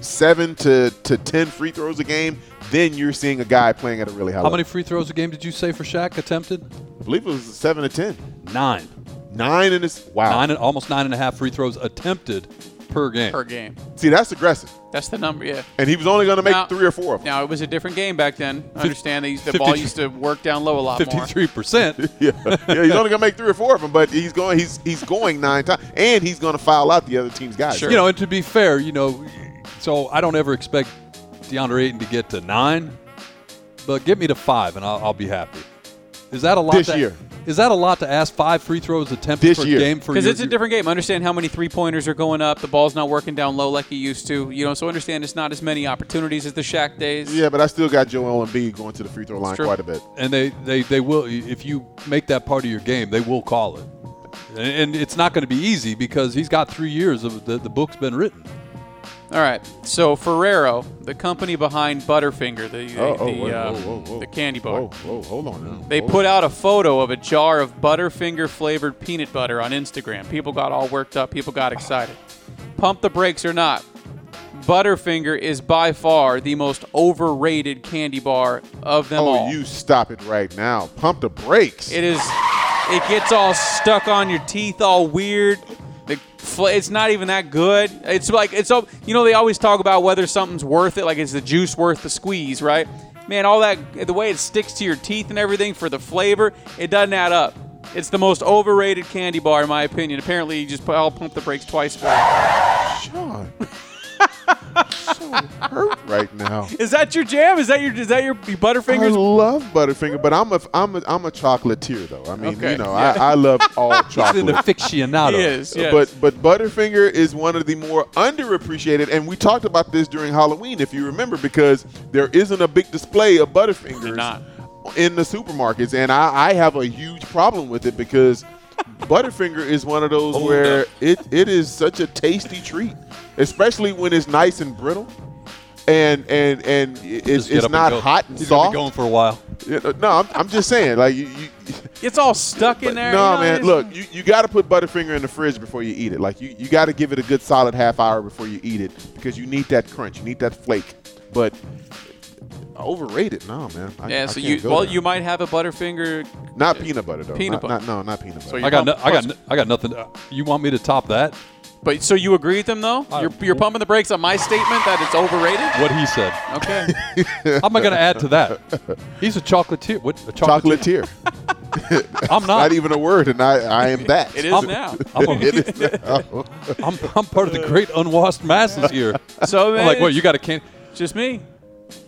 seven to, to ten free throws a game, then you're seeing a guy playing at a really high How level. many free throws a game did you say for Shaq attempted? I believe it was seven to ten. Nine. Nine in this. Wow. Nine and almost nine and a half free throws attempted per game. per game. See, that's aggressive. That's the number, yeah. And he was only going to make three or four of them. Now it was a different game back then. I understand these the 50 ball used to work down low a lot more. Fifty-three percent. Yeah. yeah, he's only going to make three or four of them, but he's going. He's he's going nine times, and he's going to foul out the other team's guys. You know, and to be fair, you know, so I don't ever expect DeAndre Ayton to get to nine, but get me to five, and I'll, I'll be happy. Is that a lot? This to, year. Is that a lot to ask? Five free throws attempted This per year. game for Because your- it's a different game. Understand how many three pointers are going up. The ball's not working down low like it used to. You know, so understand it's not as many opportunities as the Shaq days. Yeah, but I still got Joel Embiid going to the free throw line true. quite a bit. and they, they they will if you make that part of your game, they will call it, and, and it's not going to be easy because he's got three years of the, the book's been written. All right. So Ferrero, the company behind Butterfinger, the the, Oh, oh, the, whoa, uh, whoa, whoa, whoa. the candy bar. Whoa, whoa, hold on now. They Hold put out a photo of a jar of Butterfinger flavored peanut butter on Instagram. People got all worked up. People got excited. Pump the brakes or not, Butterfinger is by far the most overrated candy bar of them Oh, all. you stop it right now. Pump the brakes. It is. It gets all stuck on your teeth, all weird. The fla- it's not even that good. It's like it's all. You know, they always talk about whether something's worth it. Like is the juice worth the squeeze, right? Man, all that the way it sticks to your teeth and everything for the flavor, it doesn't add up. It's the most overrated candy bar, in my opinion. Apparently, you just put, I'll pump the brakes twice for it. Sean. so hurt right now. Is that your jam? Is that your is that your, your I Butterfingers? love Butterfinger, but I'm a I'm a, I'm a chocolatier though. I mean, Okay, you know, yeah. I, I love all He's an chocolate. aficionado. He is. Yes. But but Butterfinger is one of the more underappreciated, and we talked about this during Halloween, if you remember, because there isn't a big display of Butterfingers not. in the supermarkets, and I, I have a huge problem with it because Butterfinger is one of Oh, those Hold where up. it, it is such a tasty treat, especially when it's nice and brittle, and and and it, Just it's, get up it's and not go. hot and He's gonna soft. be going for a while. Yeah, No, I'm, I'm just saying, like you. you it's all stuck in there. no, you know, man. it's- Look, you, you got to put Butterfinger in the fridge before you eat it. Like you, you got to give it a good solid half hour before you eat it because you need that crunch, you need that flake. But overrated, no, man. I, Yeah, I so can't you go well, there. you might have a Butterfinger. not peanut butter though. Peanut Not- butter. not- no, not peanut butter. So you I got no, pump- I got no- I got nothing. uh, You want me to top that? But so you agree with them though? I- You're, you're pumping the brakes on my statement that it's overrated. What he said. Okay. How am I going to add to that? He's a chocolatier. What? A chocolatier? Chocolatier. I'm not. not even a word, and I, I am that. It is I'm- now. I'm, a- It is now. I'm, I'm part of the great unwashed masses here. So I'm man, like, what? it's You got a can? just me.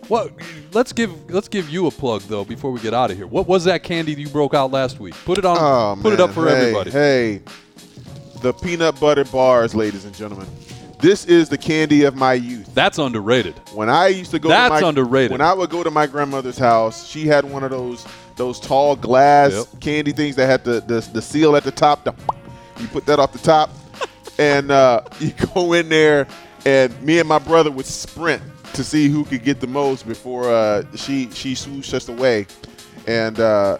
What? Let's give let's give you a plug though before we get out of here. What was that candy you broke out last week? Put it on. Oh, put it man. up for Hey, everybody. Hey, the peanut butter bars, ladies and gentlemen. This is the candy of my youth. That's underrated. When I used to go, That's to my, underrated. When I would go to my grandmother's house, she had one of those those tall glass Yep. candy things that had the, the the seal at the top. The, you put that off the top, and uh, you go in there, and me and my brother would sprint to see who could get the most before uh, she she swooshed us away, and. Uh,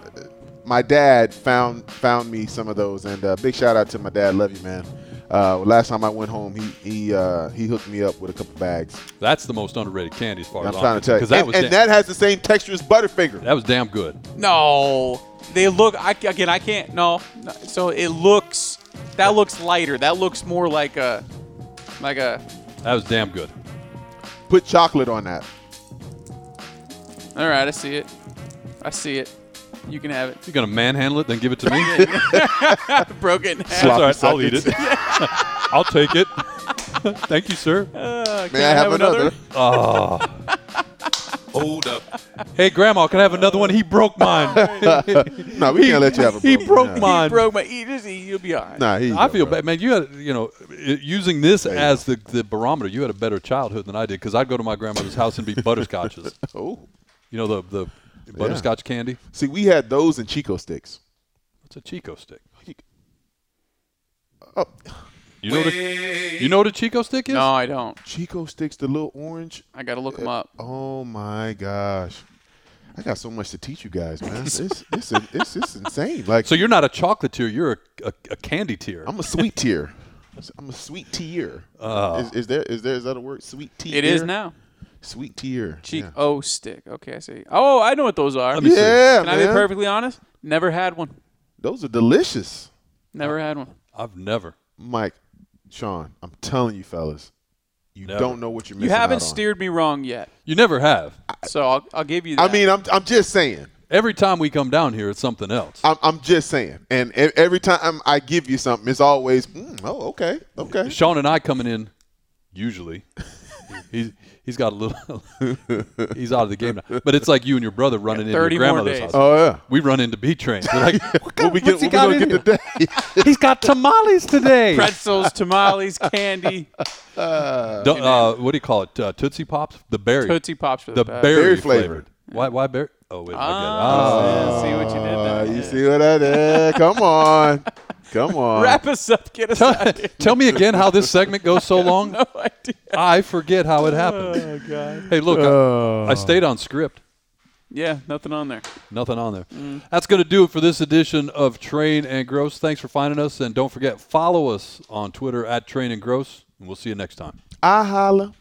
my dad found found me some of those, and uh, big shout out to my dad. Love you, man. Uh, last time I went home, he he uh, he hooked me up with a couple bags. That's the most underrated candy as far I'm as trying to tell you. Because that and, was and da- that has the same texture as Butterfinger. that was damn good. No, they look. I, again, I can't. No. no. So it looks. That looks lighter. That looks more like a, like a. That was damn good. Put chocolate on that. All right, I see it. I see it. You can have it. You gonna manhandle it then give it to me? That's Broken. Sloppy all right. I'll eat seconds. it. I'll take it. Thank you, sir. May I have, another? Hold up. Hey, Grandma, can I have another one? He broke mine. No, we can't let you have a. he broken- broke nah. mine. Broke my. You just eat. You'll be all right. Nah, he. I feel bad, man. You had, you know, i- using this as the, the barometer, you had a better childhood than I did because I'd go to my grandmother's house and be butterscotches. Oh, You know the the butterscotch candy. see, we had those in Chico sticks. It's a Chico stick. Oh, You know the you know what a Chico stick is? No, I don't. Chico sticks, the little orange. I gotta look them up. Oh my gosh, I got so much to teach you guys, man. It's it's it's, it's insane. Like So you're not a chocolatier. You're a, a, a candy tier. I'm a sweet tier. I'm a sweet tear. is, is there is there is that a word? Sweet tear. It is now. Sweet tear. Cheek Yeah. O stick. Okay, I see. Oh, I know what those are. me see. Yeah, Can I be man. perfectly honest? Never had one. Those are delicious. Never had one. I've never. Mike, Sean, I'm telling you, fellas, you Never. don't know what you're You missing. haven't out on. steered me wrong yet. You never have. So I'll, I'll give you that. I mean, I'm I'm just saying. Every time we come down here, it's something else. I'm, I'm just saying. And e- every time I give you something, it's always, mm, oh, okay, okay. Sean and I coming in, usually, he's he's got a little, he's out of the game now. But it's like you and your brother running into Thirty your more grandmother's days. house. Oh yeah. We run into B trains. We're like, what we get? What's he What we gonna got in get here today? today? he's got tamales today. pretzels, tamales, candy, Du- uh, what do you call it? Uh, Tootsie Pops? The berry. Tootsie Pops for the, the best. berry, Berry flavored. flavored. Why? Why berry? Oh, wait, I get it. Ah, see what you did there. Uh, you see what I did? Come on, come on. Wrap us up. Get us out of here. Ah. Tell me again how this segment goes so long. No idea. I forget how it happened. Oh, God. Hey, look, I- I stayed on script. Yeah, nothing on there. Nothing on there. That's going to do it for this edition of Train and Gross. Thanks for finding us, and don't forget follow us on Twitter at Train and Gross. And we'll see you next time. I holla.